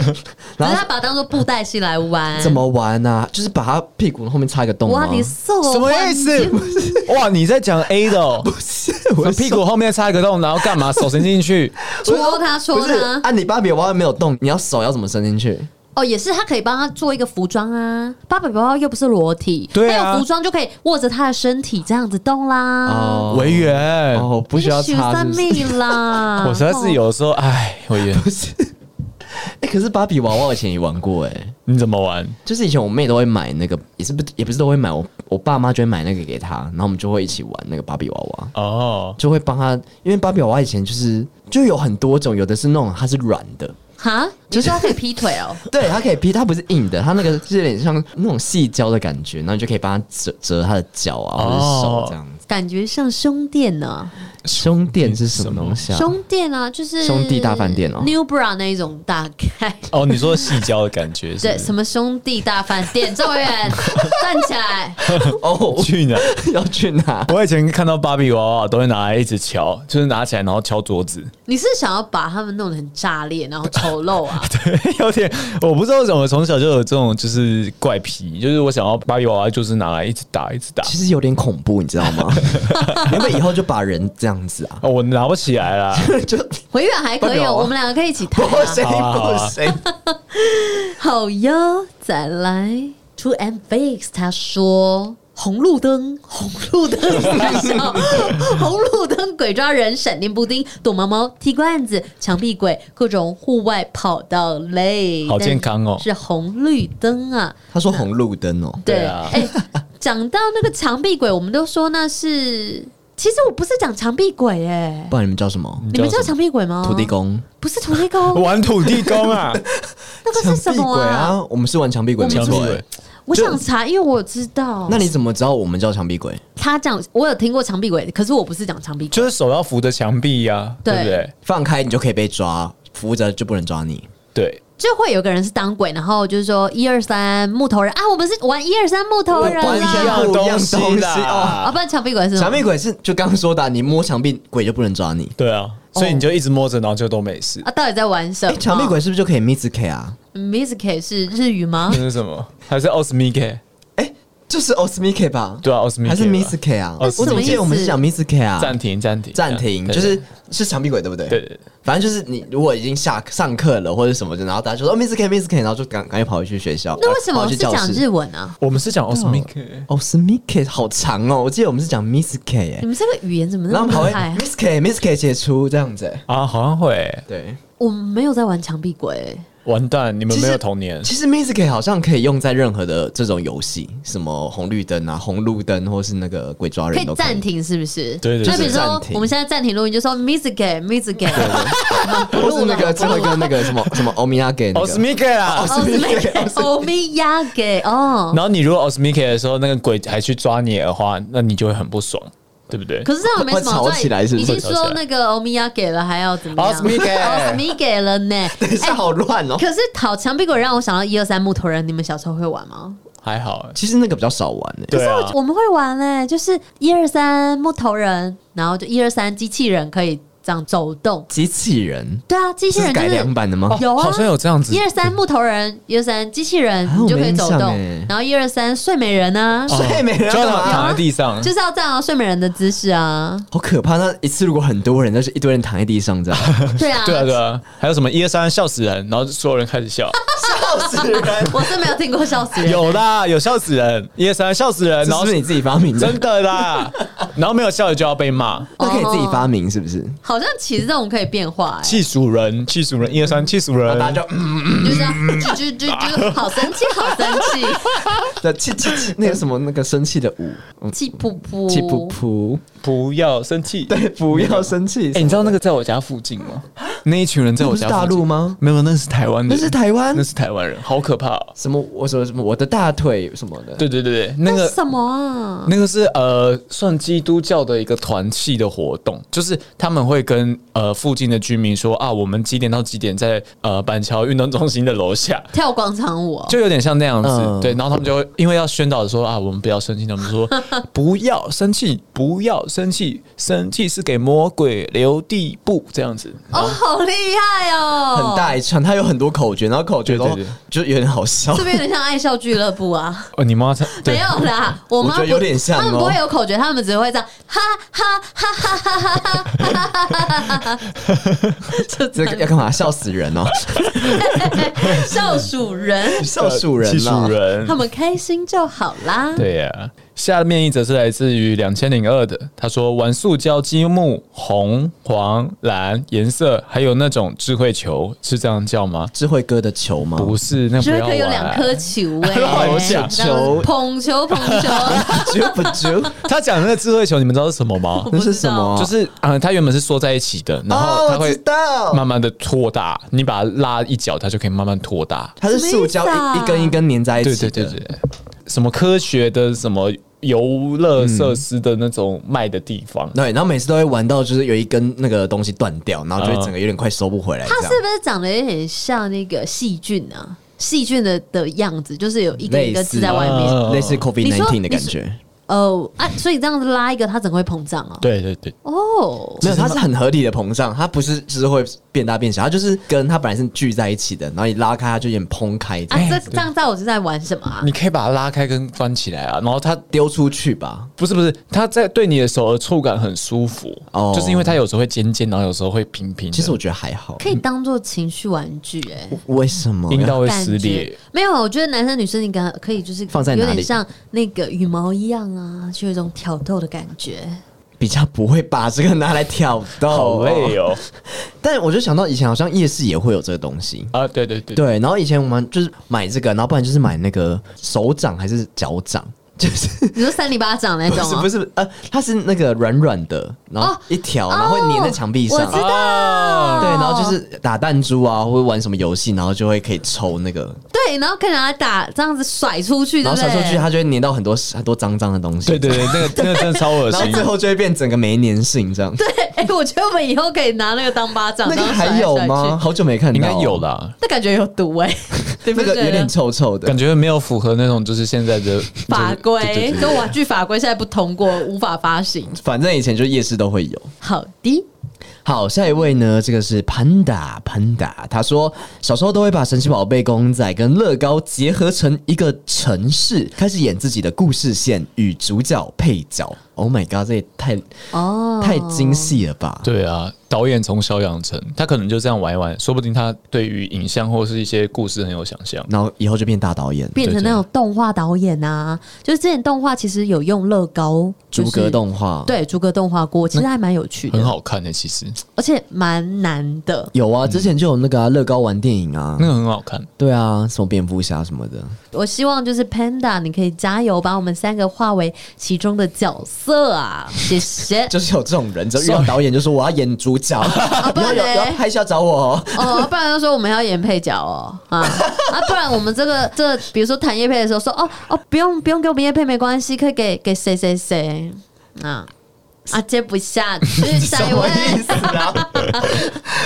[SPEAKER 4] 然
[SPEAKER 1] 是
[SPEAKER 4] 后
[SPEAKER 1] 他把它当做布袋戏来玩。
[SPEAKER 4] 怎？么玩呢、就是把他屁股后面插一个洞吗
[SPEAKER 1] 哇，你受
[SPEAKER 2] 什么意思？ 哇，你在讲 A 的、哦？
[SPEAKER 4] 是我
[SPEAKER 2] 屁股后面插一个洞，然后干嘛？手伸进去，
[SPEAKER 1] 戳他，戳
[SPEAKER 4] 不是
[SPEAKER 1] 他。
[SPEAKER 4] 啊！你芭比娃娃没有动，你要手要怎么伸进去？
[SPEAKER 1] 哦，也是，他可以帮他做一个服装啊。芭比娃娃又不是裸体，
[SPEAKER 2] 对啊
[SPEAKER 1] 他有服装就可以握着他的身体这样子动啦。
[SPEAKER 4] 哦
[SPEAKER 2] 维园。！
[SPEAKER 4] 哦，不需要插是不是？
[SPEAKER 1] 命啦
[SPEAKER 2] 我实在是
[SPEAKER 1] 哦，
[SPEAKER 2] 有时候，哎，维园，
[SPEAKER 4] 哎、可是芭比娃娃我以前也玩过哎、
[SPEAKER 2] 你怎么玩？
[SPEAKER 4] 就是以前我妹都会买那个，也是不也不是都会买，我我爸妈就会买那个给她，然后我们就会一起玩那个芭比娃娃，
[SPEAKER 2] 哦，
[SPEAKER 4] 就会帮她，因为芭比娃娃以前就是就有很多种，有的是那种它是软的，
[SPEAKER 1] 哈，你说他可以劈腿哦？
[SPEAKER 4] 对，它可以劈，它不是硬的，它那个是有点像那种细胶的感觉，然后你就可以帮它折折它的脚啊，或者是手这样子。
[SPEAKER 1] 感觉像胸垫呢，
[SPEAKER 4] 胸垫是什么东西啊？
[SPEAKER 1] 胸垫啊，就是
[SPEAKER 4] 兄弟大饭店哦
[SPEAKER 1] ，New Bra 那一种大概。
[SPEAKER 2] 哦，你说细胶的感觉是
[SPEAKER 1] 对，
[SPEAKER 2] 不是？
[SPEAKER 1] 什么兄弟大饭店？周远站起来！
[SPEAKER 4] 哦，
[SPEAKER 2] 去哪？
[SPEAKER 4] 要去哪？
[SPEAKER 2] 我以前看到芭比娃娃都会拿来一直敲，就是拿起来然后敲桌子，
[SPEAKER 1] 你是想要把他们弄得很炸裂，然后丑陋 啊？
[SPEAKER 2] 有点我不知道为什么从小就有这种就是怪癖，就是我想要芭比娃娃就是拿来一直打一直打，
[SPEAKER 4] 其实有点恐怖，你知道吗？原本以后就把人这样子啊，
[SPEAKER 2] 哦、我拿不起来 啦。
[SPEAKER 4] 就
[SPEAKER 1] 回远还可以
[SPEAKER 4] 不了
[SPEAKER 1] 哦，
[SPEAKER 4] 啊
[SPEAKER 1] 我们两个可以一起
[SPEAKER 4] 不
[SPEAKER 1] 谈啊。
[SPEAKER 4] 行
[SPEAKER 2] 好啊好啊
[SPEAKER 4] 不行。
[SPEAKER 1] 好哟，再来。To M Fix 他说。红路灯，红路灯三小，红路灯鬼抓人，闪电布丁，躲猫猫，踢罐子，墙壁鬼，各种户外跑到累，
[SPEAKER 2] 好健康哦
[SPEAKER 1] 但是红绿灯啊，
[SPEAKER 4] 他说红路灯哦，
[SPEAKER 2] 对
[SPEAKER 1] 对
[SPEAKER 2] 啊
[SPEAKER 1] 哎，讲到那个墙壁鬼，我们都说那是，其实我不是讲墙壁鬼哎、
[SPEAKER 4] 不然你们叫什么？
[SPEAKER 1] 你们知道
[SPEAKER 2] 什么
[SPEAKER 1] 墙壁鬼吗？
[SPEAKER 4] 土地，公、
[SPEAKER 1] 不是土地 公，
[SPEAKER 2] 玩土地公啊，
[SPEAKER 1] 那个是什么哦
[SPEAKER 4] 墙壁鬼？啊？我们是玩墙壁鬼，没
[SPEAKER 2] 墙壁
[SPEAKER 4] 错
[SPEAKER 2] 鬼
[SPEAKER 4] 欸。
[SPEAKER 1] 我想查，因为我知道。
[SPEAKER 4] 那你怎么知道我们叫墙壁鬼？
[SPEAKER 1] 他讲，我有听过墙壁鬼，可是我不是讲墙壁鬼，
[SPEAKER 2] 就是手要扶着墙壁呀、对
[SPEAKER 1] 对
[SPEAKER 2] 不对？
[SPEAKER 4] 放开你就可以被抓，扶着就不能抓你。
[SPEAKER 2] 对，
[SPEAKER 1] 就会有个人是当鬼，然后就是说一二三木头人啊，我们是玩一二三木头人
[SPEAKER 4] 完全
[SPEAKER 1] 啦。
[SPEAKER 4] 不一样
[SPEAKER 2] 东
[SPEAKER 4] 东
[SPEAKER 2] 西
[SPEAKER 4] 西
[SPEAKER 1] 啊，
[SPEAKER 2] 啦。
[SPEAKER 1] 不然墙壁鬼是什
[SPEAKER 4] 墙
[SPEAKER 1] 么
[SPEAKER 4] 壁鬼是就刚刚说的啊，你摸墙壁鬼就不能抓你。
[SPEAKER 2] 对啊，所以你就一直摸着，然后就都没事。
[SPEAKER 1] 啊？到底在玩什
[SPEAKER 4] 哎，
[SPEAKER 1] 么？
[SPEAKER 4] 墙壁鬼是不是就可以 miss K 啊？
[SPEAKER 1] Mizuki 是日语吗
[SPEAKER 2] 这？是什么？ 还是奥斯米 K？
[SPEAKER 4] 哎，就是 o s m i K 吧？
[SPEAKER 2] 对啊奥斯米 K
[SPEAKER 4] 还是
[SPEAKER 2] 吧
[SPEAKER 4] miss K 啊？
[SPEAKER 2] 哦
[SPEAKER 4] 我
[SPEAKER 2] 什
[SPEAKER 1] 么
[SPEAKER 4] 怎么
[SPEAKER 1] 意思
[SPEAKER 4] 记得我们是讲 miss K 啊？
[SPEAKER 2] 暂停，暂停，
[SPEAKER 4] 暂停，
[SPEAKER 2] 对
[SPEAKER 4] 就是是墙壁鬼对不对？
[SPEAKER 2] 对对对。
[SPEAKER 4] 反正就是你如果已经下上课了或者什么的，然后大家就说、哦、Miss K Miss K，然后就赶赶快跑回去学校。呃
[SPEAKER 1] 那为什
[SPEAKER 4] 跑
[SPEAKER 1] 么
[SPEAKER 4] 回
[SPEAKER 1] 是
[SPEAKER 4] 去教
[SPEAKER 1] 讲
[SPEAKER 4] 室
[SPEAKER 1] 日文啊？
[SPEAKER 2] 我们是讲奥斯米 K。
[SPEAKER 4] 哦，是 Miss K，好长哦。我记得我们是讲 Miss K 哎、
[SPEAKER 1] 你们这个语言怎么
[SPEAKER 4] 然
[SPEAKER 1] 那
[SPEAKER 4] 后
[SPEAKER 1] 么
[SPEAKER 4] 跑
[SPEAKER 1] 厉
[SPEAKER 4] 回
[SPEAKER 1] 害啊？
[SPEAKER 4] Miss K Miss K 解出这样子、欸。
[SPEAKER 2] 啊，好像会欸、
[SPEAKER 4] 对，
[SPEAKER 1] 我们没有在玩墙壁鬼，
[SPEAKER 2] 完蛋，你们
[SPEAKER 4] 其实
[SPEAKER 2] 呃没有童年。
[SPEAKER 4] 其实 Miss K 好像可以用在任何的这种游戏，什么红绿灯啊、红路灯，或是那个鬼抓
[SPEAKER 1] 可
[SPEAKER 4] 人
[SPEAKER 1] 以
[SPEAKER 4] 都
[SPEAKER 1] 暂。停是不是？
[SPEAKER 2] 对对对
[SPEAKER 1] 就比如
[SPEAKER 4] 就是
[SPEAKER 1] 说
[SPEAKER 4] 暂停
[SPEAKER 1] 我们现在暂停录音，就说 Mizuki Mizuki，
[SPEAKER 4] 或是那个智慧跟那个什么什么欧米亚给那
[SPEAKER 2] 奥斯啊
[SPEAKER 4] 个，
[SPEAKER 2] 米 K 啦。
[SPEAKER 1] 哦，Mizuki 欧米亚给哦。
[SPEAKER 2] 然后你如果奥斯米 K 的时候，那个鬼还去抓你的话，那你就会很不爽，对不对？
[SPEAKER 1] 可是这样没什么好
[SPEAKER 4] 会
[SPEAKER 1] 在，
[SPEAKER 4] 吵起来是不是
[SPEAKER 1] 已经
[SPEAKER 4] 哦
[SPEAKER 2] 会吵起
[SPEAKER 1] 说
[SPEAKER 2] 来
[SPEAKER 1] 那个欧米亚给了，还要怎么样？
[SPEAKER 4] 奥斯米给
[SPEAKER 1] 奥斯米给了呢。
[SPEAKER 4] 等一下好乱哦。
[SPEAKER 1] 可是讨墙壁鬼让我想到一二三木头人，你们小时候会玩吗？
[SPEAKER 2] 还好、欸，
[SPEAKER 4] 其实那个比较少玩诶、
[SPEAKER 2] 对啊，
[SPEAKER 1] 我们会玩嘞、就是一二三木头人，然后就一二三机器人可以这样走动。
[SPEAKER 4] 机器人
[SPEAKER 1] 对啊，机器
[SPEAKER 4] 这
[SPEAKER 1] 人
[SPEAKER 4] 是
[SPEAKER 1] 就
[SPEAKER 4] 改良
[SPEAKER 1] 是
[SPEAKER 4] 版的吗？哦
[SPEAKER 1] 有啊
[SPEAKER 2] 好像有这样子
[SPEAKER 1] 一。二三木头人，一二三机器人，
[SPEAKER 4] 啊
[SPEAKER 1] 你就可以走
[SPEAKER 4] 我
[SPEAKER 1] 动
[SPEAKER 4] 没印象欸。哦
[SPEAKER 1] 然后一二三睡美人啊，
[SPEAKER 4] 睡美人
[SPEAKER 2] 哦就
[SPEAKER 4] 要干
[SPEAKER 2] 躺
[SPEAKER 4] 嘛？
[SPEAKER 2] 躺在地上，
[SPEAKER 1] 就是要这样、啊、睡美人的姿势 啊。
[SPEAKER 4] 好可怕！那一次如果很多人，那是一堆人躺在地上这样，
[SPEAKER 1] 对啊，
[SPEAKER 2] 对啊对啊，还有什么一二三笑死人，然后所有人开始 笑，
[SPEAKER 4] 笑死人！
[SPEAKER 1] 我是没有听过笑死人。
[SPEAKER 2] 有啦，有笑死人，一二三笑死人， 然
[SPEAKER 4] 然
[SPEAKER 2] 后
[SPEAKER 4] 后是你自己发明
[SPEAKER 2] 真
[SPEAKER 4] 的，
[SPEAKER 2] 的啦，然后没有笑就要被骂，
[SPEAKER 4] 那可以
[SPEAKER 1] 哦
[SPEAKER 4] 自己发明是不是？
[SPEAKER 1] 好像其实这种可以变化、欸，
[SPEAKER 2] 气死人，气死人，一二三气死人，
[SPEAKER 4] 大家就嗯，
[SPEAKER 1] 就是这样啾啾啾啾，好生气，好生气，
[SPEAKER 4] 的气气气，那个什么那个生气的舞，
[SPEAKER 1] 气噗噗，
[SPEAKER 4] 气噗。噗，
[SPEAKER 2] 不要生气。
[SPEAKER 4] 对，不要生气。
[SPEAKER 2] 哎、你知道那个在我家附近吗？那一群人在我家
[SPEAKER 4] 那不是大
[SPEAKER 2] 附近
[SPEAKER 4] 陆吗？
[SPEAKER 2] 没有，那是台湾的
[SPEAKER 4] 嗯那
[SPEAKER 2] 人，
[SPEAKER 4] 是台
[SPEAKER 1] 啊
[SPEAKER 4] 湾
[SPEAKER 2] 那是台湾人，好可怕、哦。
[SPEAKER 4] 什么我什么什么我的大腿什么的，
[SPEAKER 2] 对对对对，那
[SPEAKER 1] 那
[SPEAKER 2] 个
[SPEAKER 1] 是什么啊？
[SPEAKER 2] 那个是呃，算基督教的一个团契的活动，就是他们会跟呃附近的居民说啊，我们几点到几点在呃板桥运动中心的楼下，
[SPEAKER 1] 跳广场舞哦、
[SPEAKER 2] 就有点像那样子，
[SPEAKER 4] 嗯
[SPEAKER 2] 对。然后他们就会因为要宣导说啊，我们不要生气，他 们说不要生气，不要生气，生气是给魔鬼留地步这样子。
[SPEAKER 1] 哦，好厉害哦！
[SPEAKER 4] 很大一串，它有很多口诀，然后口诀都
[SPEAKER 2] 对对对
[SPEAKER 4] 就有点好笑
[SPEAKER 1] 这，边有点像爱笑俱乐部啊，
[SPEAKER 2] 哦，你妈她
[SPEAKER 1] 没
[SPEAKER 2] 对
[SPEAKER 1] 有啦，我妈
[SPEAKER 4] 我觉得
[SPEAKER 1] 不
[SPEAKER 4] 有点像哦
[SPEAKER 1] 他们不会有口诀，他们只会这样，哈哈哈哈哈哈哈哈哈哈哈哈，就这
[SPEAKER 4] 这个要
[SPEAKER 1] 样
[SPEAKER 4] 干嘛？笑死人哦，
[SPEAKER 1] 笑鼠人， 啊
[SPEAKER 4] 笑鼠人啊
[SPEAKER 2] 技
[SPEAKER 4] 啦
[SPEAKER 2] 术，呃人
[SPEAKER 1] 他，们开心就好啦。
[SPEAKER 2] 对呀、下面一则是来自于两千零二的，他说玩塑胶积木，红、黄、蓝颜色，还有那种智慧球，是这样叫吗？
[SPEAKER 4] 智慧哥的球吗？
[SPEAKER 2] 不是，那不
[SPEAKER 1] 觉
[SPEAKER 2] 要
[SPEAKER 1] 得可
[SPEAKER 2] 玩。
[SPEAKER 1] 以有两颗球哎、
[SPEAKER 2] 乱讲
[SPEAKER 1] 这样子捧球捧球，
[SPEAKER 4] 揪不 揪？
[SPEAKER 2] 他讲的那个智慧球，你们知道是什么吗？
[SPEAKER 1] 不
[SPEAKER 4] 那
[SPEAKER 1] 知道
[SPEAKER 4] 是什么？
[SPEAKER 2] 就是嗯，呃它原本是缩在一起的，然后
[SPEAKER 4] 哦，
[SPEAKER 2] 它
[SPEAKER 4] 我
[SPEAKER 2] 会
[SPEAKER 4] 知道，
[SPEAKER 2] 慢慢的扩大，你把它拉一角，它就可以慢慢扩大。
[SPEAKER 4] 它是塑胶
[SPEAKER 1] 什么意
[SPEAKER 4] 一
[SPEAKER 1] 思啊
[SPEAKER 4] 一根一根粘在一起
[SPEAKER 2] 对
[SPEAKER 4] 哎的，
[SPEAKER 2] 对对对，什么科学的什么游乐设施的那种卖的地方，
[SPEAKER 4] 对，然后每次都会玩到就是有一根那个东西断掉，然
[SPEAKER 2] 嗯
[SPEAKER 4] 后就会整个有点快收不回来这
[SPEAKER 1] 它
[SPEAKER 4] 样。
[SPEAKER 1] 是不是长得有点像那个细菌啊？细菌的的样子，就是有一个一个字在外
[SPEAKER 2] 类
[SPEAKER 1] 面。
[SPEAKER 2] 似
[SPEAKER 4] 类啊似 COVID
[SPEAKER 1] 你说
[SPEAKER 4] nineteen 的感
[SPEAKER 1] 你
[SPEAKER 4] 觉？
[SPEAKER 1] 哦啊，所以这样子拉一个，它整个会膨胀哦。
[SPEAKER 2] 对对对，
[SPEAKER 1] 哦，
[SPEAKER 4] 没有，它是很合理的膨胀，它不是就是会变大变小，它就是跟它本来是聚在一起的，然后你拉开它就有点蓬开这
[SPEAKER 1] 啊
[SPEAKER 4] 样，，
[SPEAKER 1] 这这样在我是在玩什么啊？
[SPEAKER 2] 你可以把它拉开跟关起来啊，然后它
[SPEAKER 4] 丢出去吧。
[SPEAKER 2] 不是不是，它在对你的手的触感很舒服，
[SPEAKER 4] 哦
[SPEAKER 2] 就是因为它有时候会尖尖，然后有时候会平平的。
[SPEAKER 4] 其实我觉得还好，
[SPEAKER 1] 可以当做情绪玩具哎、
[SPEAKER 4] 为什么？
[SPEAKER 2] 阴道会
[SPEAKER 1] 感
[SPEAKER 2] 撕
[SPEAKER 1] 觉
[SPEAKER 2] 裂，
[SPEAKER 1] 没有，我觉得男生女生你感可以就是
[SPEAKER 4] 放在哪
[SPEAKER 1] 有
[SPEAKER 4] 里
[SPEAKER 1] 点像那个羽毛一样啊，就有一种挑逗的感觉。
[SPEAKER 4] 比较不会把这个拿来挑逗，
[SPEAKER 2] 好累
[SPEAKER 4] 哦。
[SPEAKER 2] 哦。
[SPEAKER 4] 但我就想到以前好像夜市也会有这个东西。
[SPEAKER 2] 啊，对对对，
[SPEAKER 4] 对，然后以前我们就是买这个，然后不然就是买那个手掌还是脚掌，就是
[SPEAKER 1] 你说三里巴掌那
[SPEAKER 4] 不
[SPEAKER 1] 种、
[SPEAKER 4] 是
[SPEAKER 1] 啊？
[SPEAKER 4] 不是呃，它是那个软软的，然后
[SPEAKER 1] 哦
[SPEAKER 4] 一条，然后会粘在墙壁上啊
[SPEAKER 1] 我，知道。
[SPEAKER 2] 啊
[SPEAKER 4] 对，然后就是打弹珠啊，或者玩什么游戏，然后就会可以抽那个，
[SPEAKER 1] 对，然后可以拿来打，这样子甩出去，对
[SPEAKER 4] 然
[SPEAKER 1] 不
[SPEAKER 4] 后
[SPEAKER 1] 对？
[SPEAKER 4] 甩出去，它就会粘到很多很多脏脏的东西，
[SPEAKER 2] 对对对，那个那个真的超恶
[SPEAKER 4] 然后
[SPEAKER 2] 心。
[SPEAKER 4] 最后就会变整个没粘性这样。对，
[SPEAKER 1] 哎、我觉得我们以后可以拿那个当巴掌，
[SPEAKER 4] 那个
[SPEAKER 1] 然后甩来
[SPEAKER 4] 还有
[SPEAKER 1] 甩
[SPEAKER 4] 吗？
[SPEAKER 1] 去？
[SPEAKER 4] 好久没看到，
[SPEAKER 2] 应该有。啦，
[SPEAKER 1] 那感觉有毒 哎、对不
[SPEAKER 4] 那
[SPEAKER 1] 对？
[SPEAKER 4] 个有点臭臭的
[SPEAKER 2] 感，觉没有符合那种就是现在的
[SPEAKER 1] 法
[SPEAKER 2] 对对
[SPEAKER 1] 规
[SPEAKER 2] 对，啊
[SPEAKER 1] 就玩具法规现在不通过，无法发行。
[SPEAKER 4] 反正以前就夜市都会有。
[SPEAKER 1] 好的，
[SPEAKER 4] 好，下一位呢？这个是 Panda Panda，他说小时候都会把神奇宝贝公仔跟乐高结合成一个城市，开始演自己的故事线与主角配角。Oh my god，这也太
[SPEAKER 1] 哦，
[SPEAKER 4] 太精细了吧？
[SPEAKER 2] 对啊，导演从小养成，他可能就这样玩一玩，说不定他对于影像或是一些故事很有想象。
[SPEAKER 4] 然后以后就变大导演，
[SPEAKER 1] 变成那种动画导演啊，就是之前动画其实有用乐高、就
[SPEAKER 4] 逐
[SPEAKER 1] 是
[SPEAKER 4] 格，动画。，
[SPEAKER 1] 哦对，逐格动画过，其实还蛮有趣
[SPEAKER 2] 很
[SPEAKER 1] 的，
[SPEAKER 2] 好看的、欸其实
[SPEAKER 4] 哦
[SPEAKER 1] 而且蛮难的。
[SPEAKER 4] 有啊，之前就有那个啊，乐高玩电影啊
[SPEAKER 2] 那，个很好看。
[SPEAKER 4] 对啊，什么蝙蝠侠什么的，
[SPEAKER 1] 我希望就是 Panda，你可以加油，把我们三个化为其中的角色啊！谢谢。
[SPEAKER 4] 就是有这种人，只要遇到导演就说我要演 主角，
[SPEAKER 1] 啊不
[SPEAKER 4] 然后
[SPEAKER 1] 然
[SPEAKER 4] 有
[SPEAKER 1] 嘞
[SPEAKER 4] 有拍戏要找我哦。
[SPEAKER 1] 哦，不然就说我们要演配角哦，啊啊，不然我们这个这个，比如说谈叶配的时候说，哦哦，不用不用给我们叶配没关系，可以给给谁谁谁啊啊，接不下去，下一
[SPEAKER 4] 什
[SPEAKER 1] 位
[SPEAKER 4] 么意思啊？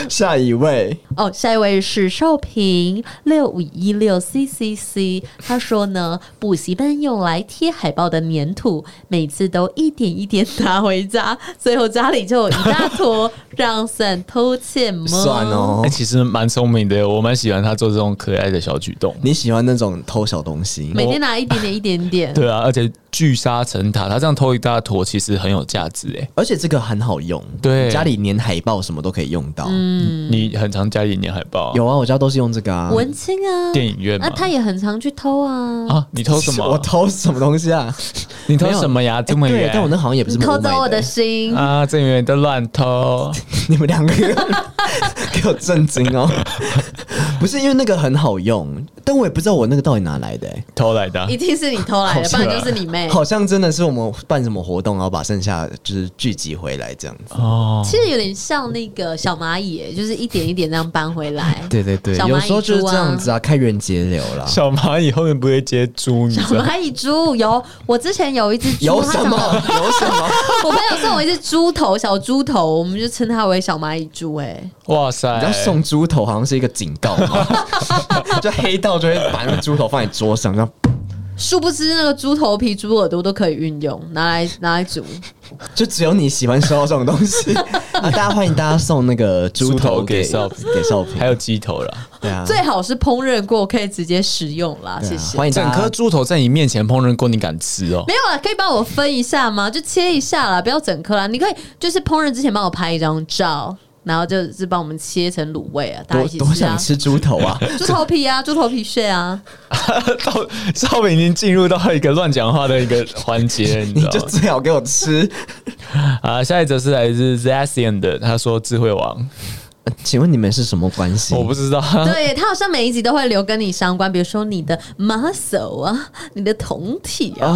[SPEAKER 4] 下一位，
[SPEAKER 1] 哦，下一位是少平六五一六 ccc，他说呢，补习班用来贴海报的粘土，每次都一点一点拿回家，最后家里就有一大坨，让伞偷窃吗？
[SPEAKER 4] 算哦
[SPEAKER 2] 哎、，其实蛮聪明的，我蛮喜欢他做这种可爱的小举动。
[SPEAKER 4] 你喜欢那种偷小东西？
[SPEAKER 1] 每天拿一点点一点点，
[SPEAKER 2] 对啊，而且聚沙成塔，他这样偷一大坨，其实很有价值哎。
[SPEAKER 4] 而且这个很好用，
[SPEAKER 2] 对
[SPEAKER 4] 家里粘海报什么都可以用到。
[SPEAKER 1] 嗯
[SPEAKER 2] 你很常家里粘海报啊、
[SPEAKER 4] 有啊，我家都是用这个啊。
[SPEAKER 1] 文青啊，
[SPEAKER 2] 电影院吗
[SPEAKER 1] 那、他也很常去偷啊，
[SPEAKER 2] 啊？你偷什么？
[SPEAKER 4] 我偷什么东西啊？
[SPEAKER 2] 你偷
[SPEAKER 4] 没有
[SPEAKER 2] 什么呀？这么
[SPEAKER 4] 哎
[SPEAKER 2] 远
[SPEAKER 4] 对，，但我那好像也不是
[SPEAKER 1] 偷
[SPEAKER 4] 我买
[SPEAKER 1] 走我的心。
[SPEAKER 2] 啊，这么远都乱偷。
[SPEAKER 4] 你 们两个给我震惊哦！不是因为那个很好用，但我也不知道我那个到底哪来的、欸，
[SPEAKER 2] 偷来的啊、
[SPEAKER 1] 一定是你偷来的，不
[SPEAKER 2] 好像
[SPEAKER 1] 然就是你妹。
[SPEAKER 4] 啊好像真的是我们办什么活动，然后把剩下的就是聚集回来这样子。
[SPEAKER 2] 哦，
[SPEAKER 1] 其实有点像那个小蚂蚁耶，就是一点一点这样搬回 来。
[SPEAKER 4] 对对对，
[SPEAKER 1] 小蚂蚁
[SPEAKER 4] 有时候就是
[SPEAKER 1] 猪啊
[SPEAKER 4] 这样子啊，开源节流啦。
[SPEAKER 2] 小蚂蚁后面不会接猪，你
[SPEAKER 1] 小
[SPEAKER 2] 知道？
[SPEAKER 1] 蚂蚁猪有，我之前有一只猪，啊
[SPEAKER 4] 有
[SPEAKER 1] 它
[SPEAKER 4] 什
[SPEAKER 1] 长
[SPEAKER 4] 么？
[SPEAKER 1] 得
[SPEAKER 4] 有什么？
[SPEAKER 1] 我朋友送我一只猪头，小猪头，我们就称它为小蚂蚁猪。哎，
[SPEAKER 2] 哇
[SPEAKER 4] 你
[SPEAKER 2] 塞！
[SPEAKER 4] 知道送猪头好像是一个警告 吗？就黑道就会把那个猪头放在桌上，然后
[SPEAKER 1] 殊不知那个猪头皮、猪耳朵都可以运用，拿来拿来煮。
[SPEAKER 4] 就只有你喜欢收到这种东 西啊！大家欢迎大家送那个猪
[SPEAKER 2] 猪头
[SPEAKER 4] 头
[SPEAKER 2] 给
[SPEAKER 4] 给
[SPEAKER 2] 少平
[SPEAKER 4] 给少平，
[SPEAKER 2] 还有鸡头啦，
[SPEAKER 4] 对啊，
[SPEAKER 1] 最好是烹饪过，可以直接食用啦。
[SPEAKER 4] 对啊
[SPEAKER 1] 谢谢。
[SPEAKER 4] 欢迎
[SPEAKER 2] 整
[SPEAKER 4] 大
[SPEAKER 2] 颗
[SPEAKER 4] 家。
[SPEAKER 2] 猪头在你面前烹饪过，你敢吃哦？
[SPEAKER 1] 没有啊，可以帮我分一下吗？就切一下啦，不要整颗啦。你可以就是烹饪之前帮我拍一张照，然后就是帮我们切成卤味啊，大家
[SPEAKER 4] 多
[SPEAKER 1] 一起
[SPEAKER 4] 多
[SPEAKER 1] 吃啊
[SPEAKER 4] 想。吃猪头 啊！
[SPEAKER 1] 猪头皮啊，猪头皮屑啊，
[SPEAKER 2] 到少平已经进入到一个乱讲话的一个环节，你
[SPEAKER 4] 你
[SPEAKER 2] 知
[SPEAKER 4] 就
[SPEAKER 2] 道吗？
[SPEAKER 4] 最好给我吃。
[SPEAKER 2] 啊，下一则是来自 Zacian 的，他说智慧王，
[SPEAKER 4] 呃请问你们是什么关系？
[SPEAKER 2] 我不知道，啊
[SPEAKER 1] 对他好像每一集都会留跟你相关，比如说你的 muscle 啊，你的酮体啊，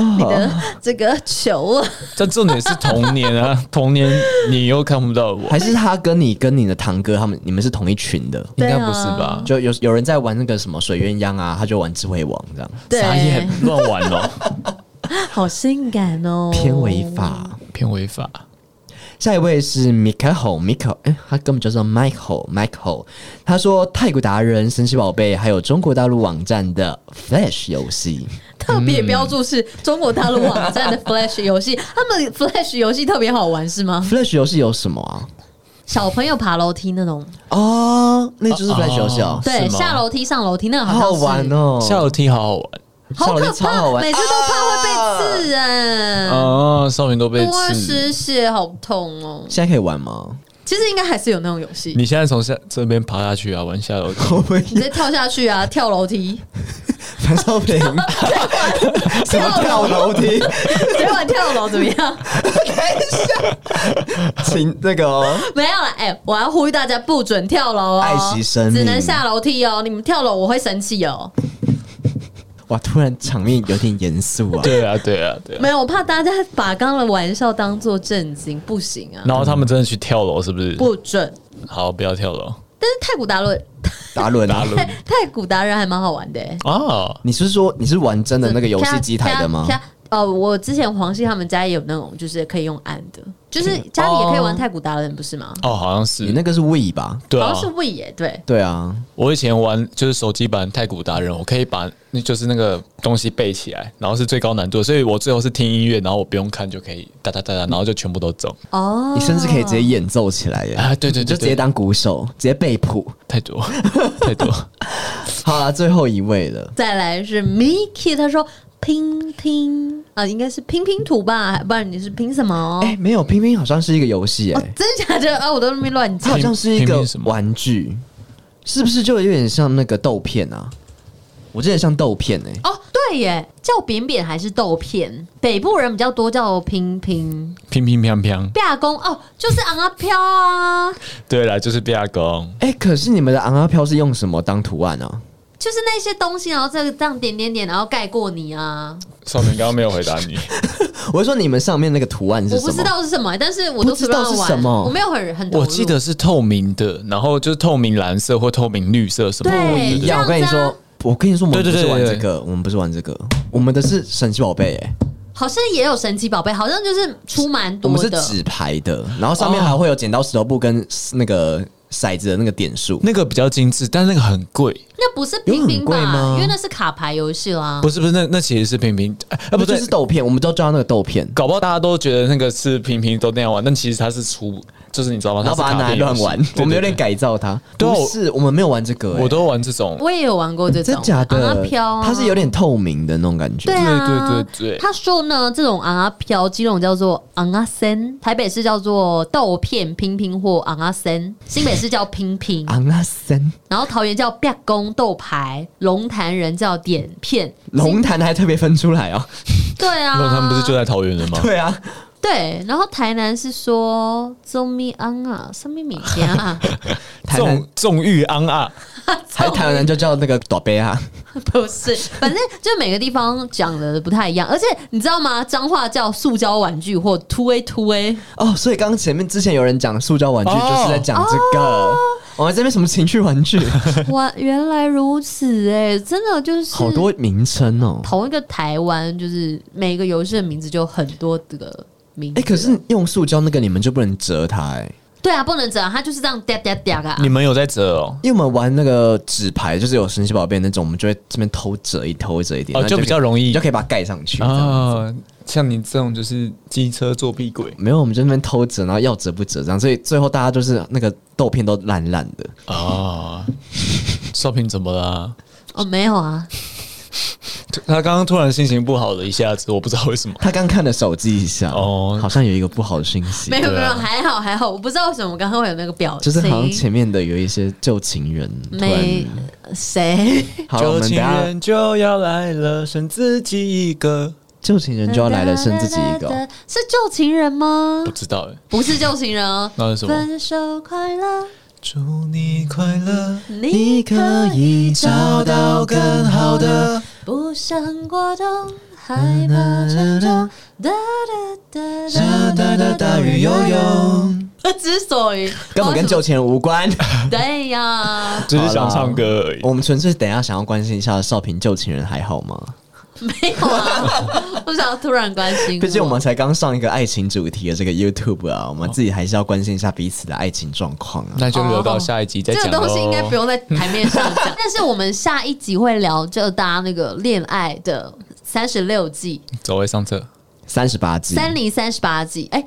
[SPEAKER 4] 啊，
[SPEAKER 1] 你的这个球啊，
[SPEAKER 2] 但重点是童年 啊，童年你又看不到我，
[SPEAKER 4] 还是他跟你跟你的堂哥他们，你们是同一群的？
[SPEAKER 2] 应该
[SPEAKER 1] 对啊
[SPEAKER 2] 不是吧？
[SPEAKER 4] 就有有人在玩那个什么水鸳鸯啊，他就玩智慧王这样，
[SPEAKER 2] 傻眼
[SPEAKER 1] 对，
[SPEAKER 2] 乱玩哦，
[SPEAKER 1] 好性感哦，
[SPEAKER 4] 偏违。法。
[SPEAKER 2] 偏违法。
[SPEAKER 4] 下一位是 Michael，Michael，哎、他根本就叫 Michael，Michael。他说泰国达人、神奇宝贝，还有中国大陆网站的 Flash 游 戏，
[SPEAKER 1] 特别标注是中国大陆网站的 Flash 游戏，他们 Flash 游戏特别好玩是吗？
[SPEAKER 4] Flash 游戏有什么啊？
[SPEAKER 1] 小朋友爬楼梯那种，
[SPEAKER 4] 哦，那就是 Flash 游戏哦，
[SPEAKER 1] 对，
[SPEAKER 2] 是吗
[SPEAKER 1] 下楼梯上楼梯那个
[SPEAKER 4] 好好
[SPEAKER 1] 好像
[SPEAKER 4] 玩
[SPEAKER 1] 是，
[SPEAKER 4] 哦，
[SPEAKER 2] 下楼梯好好玩
[SPEAKER 1] 好
[SPEAKER 4] 下楼
[SPEAKER 1] 可
[SPEAKER 4] 梯超好
[SPEAKER 1] 怕，
[SPEAKER 4] 玩，啊
[SPEAKER 1] 每次都怕会被刺哎、
[SPEAKER 2] 哦，少平都被
[SPEAKER 1] 多
[SPEAKER 2] 刺。
[SPEAKER 1] 失血好痛哦。
[SPEAKER 4] 现在可以玩吗？
[SPEAKER 1] 其实应该还是有那种游戏，
[SPEAKER 2] 你现在从下这边爬下去啊，玩下楼梯。
[SPEAKER 4] 我们
[SPEAKER 1] 你直接跳下去 啊，跳楼梯，
[SPEAKER 4] 樊少 平什么跳楼 梯？
[SPEAKER 1] 结果跳楼怎么样？
[SPEAKER 4] 请那个、哦、
[SPEAKER 1] 没有啦，哎、我要呼吁大家不准跳楼哦，
[SPEAKER 4] 爱惜生命
[SPEAKER 1] 只能下楼梯哦。你们跳楼我会生气哦。
[SPEAKER 4] 哇，突然场面有点严肃 啊。
[SPEAKER 2] 对啊，对啊，对啊。
[SPEAKER 1] 没有，我怕大家把刚刚的玩笑当做正经，不行啊，
[SPEAKER 2] 然后他们真的去跳楼，是不是？
[SPEAKER 1] 不准。
[SPEAKER 2] 好，不要跳楼
[SPEAKER 1] 但是太古达人，哎
[SPEAKER 4] 达伦啊，
[SPEAKER 2] 打轮
[SPEAKER 1] 太古达人还蛮好玩的、欸。
[SPEAKER 2] 啊！
[SPEAKER 4] 你是说你是玩真的那个游戏机台的吗
[SPEAKER 1] 啪？？啪哦，我之前黄西他们家也有那种，就是可以用按的，就是家里也可以玩太古达人，不是吗？
[SPEAKER 2] 哦，好像
[SPEAKER 4] 你
[SPEAKER 2] 是，
[SPEAKER 4] 那个是 We 吧？
[SPEAKER 2] 对
[SPEAKER 1] 好
[SPEAKER 2] 啊
[SPEAKER 1] 像，是 We 耶，对。
[SPEAKER 4] 对啊，
[SPEAKER 2] 我以前玩就是手机版太古达人，我可以把那就是那个东西背起来，然后是最高难度，所以我最后是听音乐，然后我不用看就可以哒哒哒哒，然后就全部都中。
[SPEAKER 1] 哦，
[SPEAKER 4] 你甚至可以直接演奏起来耶！
[SPEAKER 2] 啊对对对
[SPEAKER 4] 你就直接当鼓手，直接背谱。
[SPEAKER 2] 太多 太多，
[SPEAKER 4] 好啦，最后一位了。
[SPEAKER 1] 再来是 Miki，他说拼拼啊，应该是拼拼图吧，不然你是拼什么？
[SPEAKER 4] 哎、没有，拼拼好像是一个游戏
[SPEAKER 1] 哦
[SPEAKER 4] 哎，，
[SPEAKER 1] 真的假的啊？我都在那边乱
[SPEAKER 4] 它
[SPEAKER 1] 讲
[SPEAKER 4] 好。像是一
[SPEAKER 2] 拼拼
[SPEAKER 4] 个
[SPEAKER 2] 拼什么
[SPEAKER 4] 玩具，是不是就有点像那个豆片啊？我记得像豆片哎、
[SPEAKER 1] 哦，对耶，叫扁扁还是豆片？北部人比较多叫拼拼。
[SPEAKER 2] 乒乒乓乓。
[SPEAKER 1] 罢工哦，就是昂啊飘啊，
[SPEAKER 2] 对啦，就是变阿公。
[SPEAKER 4] 哎、可是你们的昂阿飘是用什么当图案啊？
[SPEAKER 1] 就是那些东西，然后这个这样点点点，然后盖过你啊。
[SPEAKER 2] 少平刚刚没有回答 你，
[SPEAKER 4] 我是说你们上面那个图案是什
[SPEAKER 1] 我
[SPEAKER 4] 么？
[SPEAKER 1] 不知道是什么，但是我都
[SPEAKER 4] 不知道
[SPEAKER 1] 随便
[SPEAKER 4] 是什么
[SPEAKER 1] 玩我没有很很投入
[SPEAKER 2] 我记得是透明的，然后就是透明蓝色或透明绿色什么的。
[SPEAKER 1] 对
[SPEAKER 4] 一样。我
[SPEAKER 1] 这
[SPEAKER 4] 跟你
[SPEAKER 1] 样子啊
[SPEAKER 4] 说，我跟你说，我们不
[SPEAKER 2] 对对
[SPEAKER 4] 是
[SPEAKER 2] 对
[SPEAKER 4] 玩
[SPEAKER 2] 对
[SPEAKER 4] 这个，我们不是玩这个，我们的是神奇宝贝哎，
[SPEAKER 1] 好像也有神奇宝贝，好像就是出蛮
[SPEAKER 4] 我
[SPEAKER 1] 多
[SPEAKER 4] 们是
[SPEAKER 1] 的。
[SPEAKER 4] 纸牌的，然后上面还会有剪刀石头布跟那个骰子的那个点数。
[SPEAKER 2] 那个比较精致，但那个很贵。
[SPEAKER 1] 那不是拼
[SPEAKER 4] 有
[SPEAKER 1] 拼
[SPEAKER 4] 很贵
[SPEAKER 1] 吧
[SPEAKER 4] 吗？
[SPEAKER 1] 因为那是卡牌游戏啦。
[SPEAKER 2] 不是不是，那那其实是平平，哎啊不
[SPEAKER 4] 那哦呃不
[SPEAKER 2] 对，
[SPEAKER 4] 就是豆片？我们都叫它那个豆片，
[SPEAKER 2] 搞不好大家都觉得那个是平平都那样玩，但其实它是出，就是你知道吗？
[SPEAKER 4] 然后把它拿来乱玩
[SPEAKER 2] 它是卡片游戏。
[SPEAKER 4] 我们有点
[SPEAKER 2] 对，
[SPEAKER 4] 改造它。
[SPEAKER 2] 对啊
[SPEAKER 4] 不是，我们没有玩这个
[SPEAKER 2] 对
[SPEAKER 4] 欸，
[SPEAKER 2] 对我都玩这种。
[SPEAKER 1] 我也有玩过这种
[SPEAKER 4] 真假
[SPEAKER 1] 昂
[SPEAKER 4] 的
[SPEAKER 1] 啊飘、啊，
[SPEAKER 4] 它是有点透明的那种感觉
[SPEAKER 1] 对。啊，
[SPEAKER 2] 对对对对
[SPEAKER 1] 他说呢，这种昂啊飘，基隆叫做昂啊森，台北市叫做豆片拼拼或昂啊森，新北市叫拼拼，
[SPEAKER 4] 昂阿森，
[SPEAKER 1] 然后桃园叫啪公豆牌，龙潭人叫点片。
[SPEAKER 4] 龙潭还特别分出来哦。
[SPEAKER 1] 对啊，
[SPEAKER 2] 那他们不是就在桃园了吗？
[SPEAKER 4] 对啊，
[SPEAKER 1] 对，然后台南是说周密安啊，什么米天 啊，
[SPEAKER 4] 台南
[SPEAKER 2] 纵纵欲安啊，
[SPEAKER 4] 还台南就叫那个朵贝啊，
[SPEAKER 1] 不是，反正就每个地方讲的不太一样，而且你知道吗？脏话叫塑胶玩具或 two a two a，
[SPEAKER 4] 哦，所以刚刚前面之前有人讲塑胶玩具，
[SPEAKER 2] 哦
[SPEAKER 4] 就是在讲这
[SPEAKER 1] 哦
[SPEAKER 4] 个。我们这边什么情趣玩具，
[SPEAKER 1] 哇，原来如此哎、真的就是
[SPEAKER 4] 好多名称哦。
[SPEAKER 1] 同一个台湾，就是每个游戏的名字就很多的名字。
[SPEAKER 4] 哎、可是用塑胶那个你们就不能折它哎、
[SPEAKER 1] 对啊，不能折啊，它就是这样嗲嗲嗲啊
[SPEAKER 2] 你。们有在折哦？
[SPEAKER 4] 因为我们玩那个纸牌，就是有神奇宝贝那种，我们就会这边偷折一偷折一点，
[SPEAKER 2] 哦
[SPEAKER 4] 然后
[SPEAKER 2] 就比较容易
[SPEAKER 4] 你就可以把它盖上去。这样
[SPEAKER 2] 啊，像你这种就是机车作弊鬼
[SPEAKER 4] 没有，我们就那边偷折，然后要折不折这样，所以最后大家就是那个豆片都烂烂的。
[SPEAKER 2] 啊！少平怎么啦？
[SPEAKER 1] 哦，没有啊，
[SPEAKER 2] 他刚刚突然心情不好了一下子，我不知道为什么。
[SPEAKER 4] 他刚看了手机一下，
[SPEAKER 2] 哦
[SPEAKER 4] 哦，好像有一个不好的讯息，
[SPEAKER 1] 没有没
[SPEAKER 2] 对啊
[SPEAKER 1] 有，还好还好，我不知道为什么我刚刚会有那个表
[SPEAKER 4] 就
[SPEAKER 1] 情，
[SPEAKER 4] 是好像前面的有一些旧情人突
[SPEAKER 1] 没
[SPEAKER 4] 然。
[SPEAKER 1] 谁。
[SPEAKER 4] 好了，我
[SPEAKER 2] 旧
[SPEAKER 4] 们等一
[SPEAKER 2] 情
[SPEAKER 4] 下
[SPEAKER 2] 人就要来了，剩自己一个。
[SPEAKER 4] 旧情人就要来了，剩自己一个哦。
[SPEAKER 1] 是旧情人吗
[SPEAKER 2] 不？知道哎，
[SPEAKER 1] 不是旧情人哦。
[SPEAKER 2] 那是什么？
[SPEAKER 1] 分手快乐，
[SPEAKER 2] 祝你快乐，
[SPEAKER 1] 你可以
[SPEAKER 4] 以
[SPEAKER 2] 找到更好的。
[SPEAKER 1] 不想过冬，害怕沉重。哒哒哒哒哒哒，
[SPEAKER 2] 鱼游泳。
[SPEAKER 1] 我之所以
[SPEAKER 4] 根本跟旧情人无关，
[SPEAKER 1] 对呀，
[SPEAKER 2] 只是想唱歌而已。
[SPEAKER 4] 我们纯粹等一下想要关心一下少平旧情人还好吗？
[SPEAKER 1] 没有啊，不想要突然关心。
[SPEAKER 4] 毕竟我们才刚上一个爱情主题的这个 YouTube 啊，我们自己还是要关心一下彼此的爱情状况啊。
[SPEAKER 2] 那就留到下一集再
[SPEAKER 1] 这
[SPEAKER 2] 讲
[SPEAKER 1] 个
[SPEAKER 2] 咯。
[SPEAKER 1] 东西应该不用在台面上讲，但是我们下一集会聊，就大家那个恋爱的三十六计、
[SPEAKER 2] 走位上册，
[SPEAKER 4] 三十八集，
[SPEAKER 1] 三零三十八计，哎。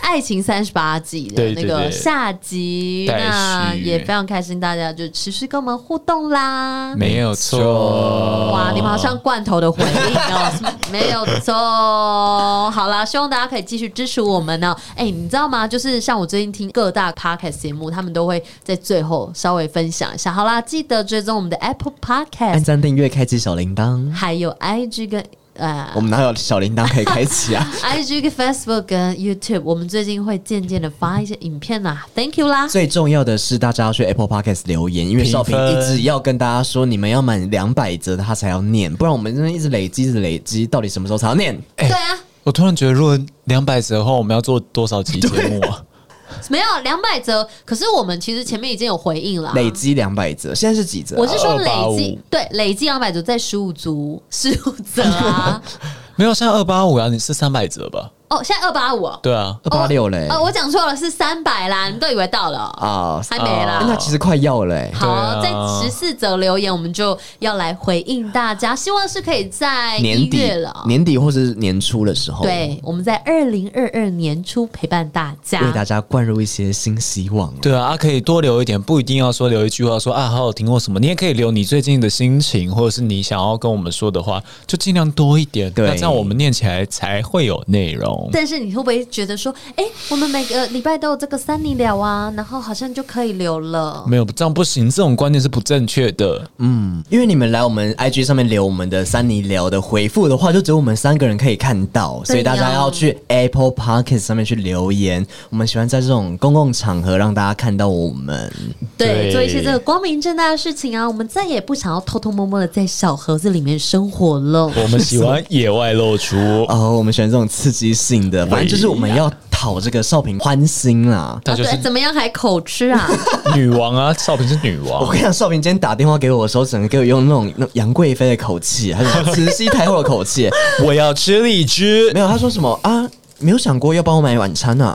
[SPEAKER 1] 爱情三十八计的
[SPEAKER 2] 对
[SPEAKER 1] 那
[SPEAKER 2] 对
[SPEAKER 1] 个
[SPEAKER 2] 对
[SPEAKER 1] 下集，
[SPEAKER 2] 待续
[SPEAKER 1] 那也非常开心，大家就持续跟我们互动啦。
[SPEAKER 2] 没有错。
[SPEAKER 1] 哇，你们好像罐头的回应哦，没有错。哦好啦，希望大家可以继续支持我们呢、哎、你知道吗？就是像我最近听各大 podcast 节目，他们都会在最后稍微分享一下。好啦，记得追踪我们的 Apple
[SPEAKER 4] 按
[SPEAKER 1] Podcast，
[SPEAKER 4] 赞、订阅、开启小铃铛。
[SPEAKER 1] 还有 IG 跟呃
[SPEAKER 4] 我。们哪有小铃铛可以开启啊？
[SPEAKER 1] IG 跟 Facebook 跟 YouTube，我们最近会渐渐的发一些影片啦，Thank you 啦，
[SPEAKER 4] 最重要的是，大家要去 Apple Podcast 留言，因为
[SPEAKER 2] 评
[SPEAKER 4] 少
[SPEAKER 2] 分
[SPEAKER 4] 平一直要跟大家说，你们要满两百则他才要念，不然我们真的一直累积，一直累积，到底什么时候才要念？
[SPEAKER 2] 哎
[SPEAKER 1] 对啊，
[SPEAKER 2] 我突然觉得，如果两百折的话，我们要做多少集节目啊？
[SPEAKER 1] 没有两百折，可是我们其实前面已经有回应了啊，
[SPEAKER 4] 累积两百则，现在是几则啊？
[SPEAKER 1] 我是说累
[SPEAKER 2] 285
[SPEAKER 1] 计，对，累计两百组在十五组，十五折 啊！
[SPEAKER 2] 没有，现在二八五啊，你是三百折吧？
[SPEAKER 1] 哦，现在二八五，
[SPEAKER 2] 对啊，
[SPEAKER 4] 二八六嘞
[SPEAKER 1] 哦，我讲错了，是三百啦，你们都以为到了哦，
[SPEAKER 4] 啊，
[SPEAKER 1] 还没
[SPEAKER 4] 欸那
[SPEAKER 1] 啦。
[SPEAKER 4] 其实快要了、欸，
[SPEAKER 1] 好，哦在
[SPEAKER 2] 对啊
[SPEAKER 1] 十四则留言，我们就要来回应大家，希望是可以在哎一
[SPEAKER 4] 年底
[SPEAKER 1] 月了。哦
[SPEAKER 4] 年底或者是年初的时候，
[SPEAKER 1] 对，，啊我们在二零二二年初陪伴大
[SPEAKER 4] 为大
[SPEAKER 1] 家。
[SPEAKER 4] 家灌入一些新希望。
[SPEAKER 2] 对啊，啊可以多留一点，不一定要说留一句话说啊，好好听或什么，你也可以留你最近的心情，或者是你想要跟我们说的话，就尽量多一点。
[SPEAKER 4] 对
[SPEAKER 2] 那这样我们念起来才会有内容。
[SPEAKER 1] 但是你会不会觉得说，哎，我们每个礼拜都有这个三里聊啊，然后好像就可以留了？
[SPEAKER 2] 没有，这样不行，这种观念是不正确 的。
[SPEAKER 4] 嗯，因为你们来我们 IG 上面留我们的三尼聊的回复的话，就只有我们三个人可以看到，所以大家要去 Apple Podcast 上面去留言。我们喜欢在这种公共场合让大家看到我们。
[SPEAKER 1] 对，
[SPEAKER 2] 对
[SPEAKER 1] 做一些这个光明正大的事情啊，我们再也不想要偷偷摸摸的在小盒子里面生活了。
[SPEAKER 2] 我们喜欢野外露 出，
[SPEAKER 4] 哦，我们喜欢这种刺激性的，反正就是我们要讨这个少平欢心啦。
[SPEAKER 2] 她就
[SPEAKER 1] 啊
[SPEAKER 2] 是
[SPEAKER 1] 对，怎么样还口吃 啊？
[SPEAKER 2] 女王啊，少平是女
[SPEAKER 4] 我
[SPEAKER 2] 王
[SPEAKER 4] 跟。你讲，少平今天打电话给我的时候，整个给我用那种那种杨贵妃的口气，还有慈禧太后的口气。
[SPEAKER 2] 我要吃荔枝
[SPEAKER 4] 没，有，他说什么啊？没有想过要帮我买晚餐啊？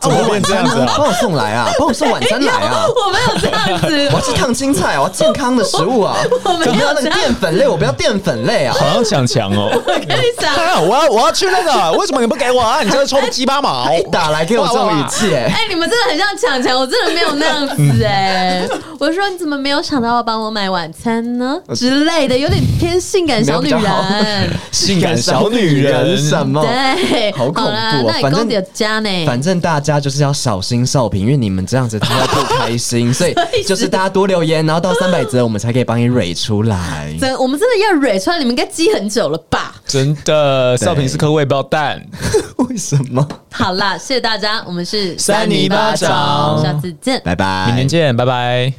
[SPEAKER 2] 怎么变这样子啊？
[SPEAKER 4] 帮我送来啊！帮我送晚餐来啊！
[SPEAKER 1] 我没 有这样
[SPEAKER 4] 我
[SPEAKER 1] 子，
[SPEAKER 4] 要 吃烫青菜，啊我要健康的食物啊！
[SPEAKER 1] 我没有
[SPEAKER 4] 不要那个淀粉类，我不要淀粉类啊！
[SPEAKER 2] 好像抢强哦！
[SPEAKER 1] 我跟你讲， 哎
[SPEAKER 2] 啊，我要我要吃那个，为什么你不给我啊？你这个臭鸡巴毛！
[SPEAKER 4] 打来给我这种语气、哎，
[SPEAKER 1] 哎、你们真的很像强强，我真的没有那样子哎、我说你怎么没有想到要帮我买晚餐呢之类的，有点偏性感小女
[SPEAKER 4] 呃没有比较好
[SPEAKER 1] 人。
[SPEAKER 2] 性感小女人
[SPEAKER 4] 什么？
[SPEAKER 1] 对，
[SPEAKER 4] 好恐怖哦
[SPEAKER 1] 啦那你
[SPEAKER 4] 反正
[SPEAKER 1] 公有家呢？
[SPEAKER 4] 反正大家就是要小心少平，因为你们这样子他会不开心，所以就是大家多留言，然后到三百则我们才可以帮你蕊出来。
[SPEAKER 1] 真，我们真的要蕊出来，你们应该积很久了吧？
[SPEAKER 2] 真的，
[SPEAKER 4] 对
[SPEAKER 2] 少平是颗未爆弹。
[SPEAKER 4] 为什么？
[SPEAKER 1] 好啦，谢谢大家，我们是
[SPEAKER 2] 扇你一巴掌
[SPEAKER 1] 下次见。
[SPEAKER 4] 拜拜，
[SPEAKER 2] 哎明年见，拜拜。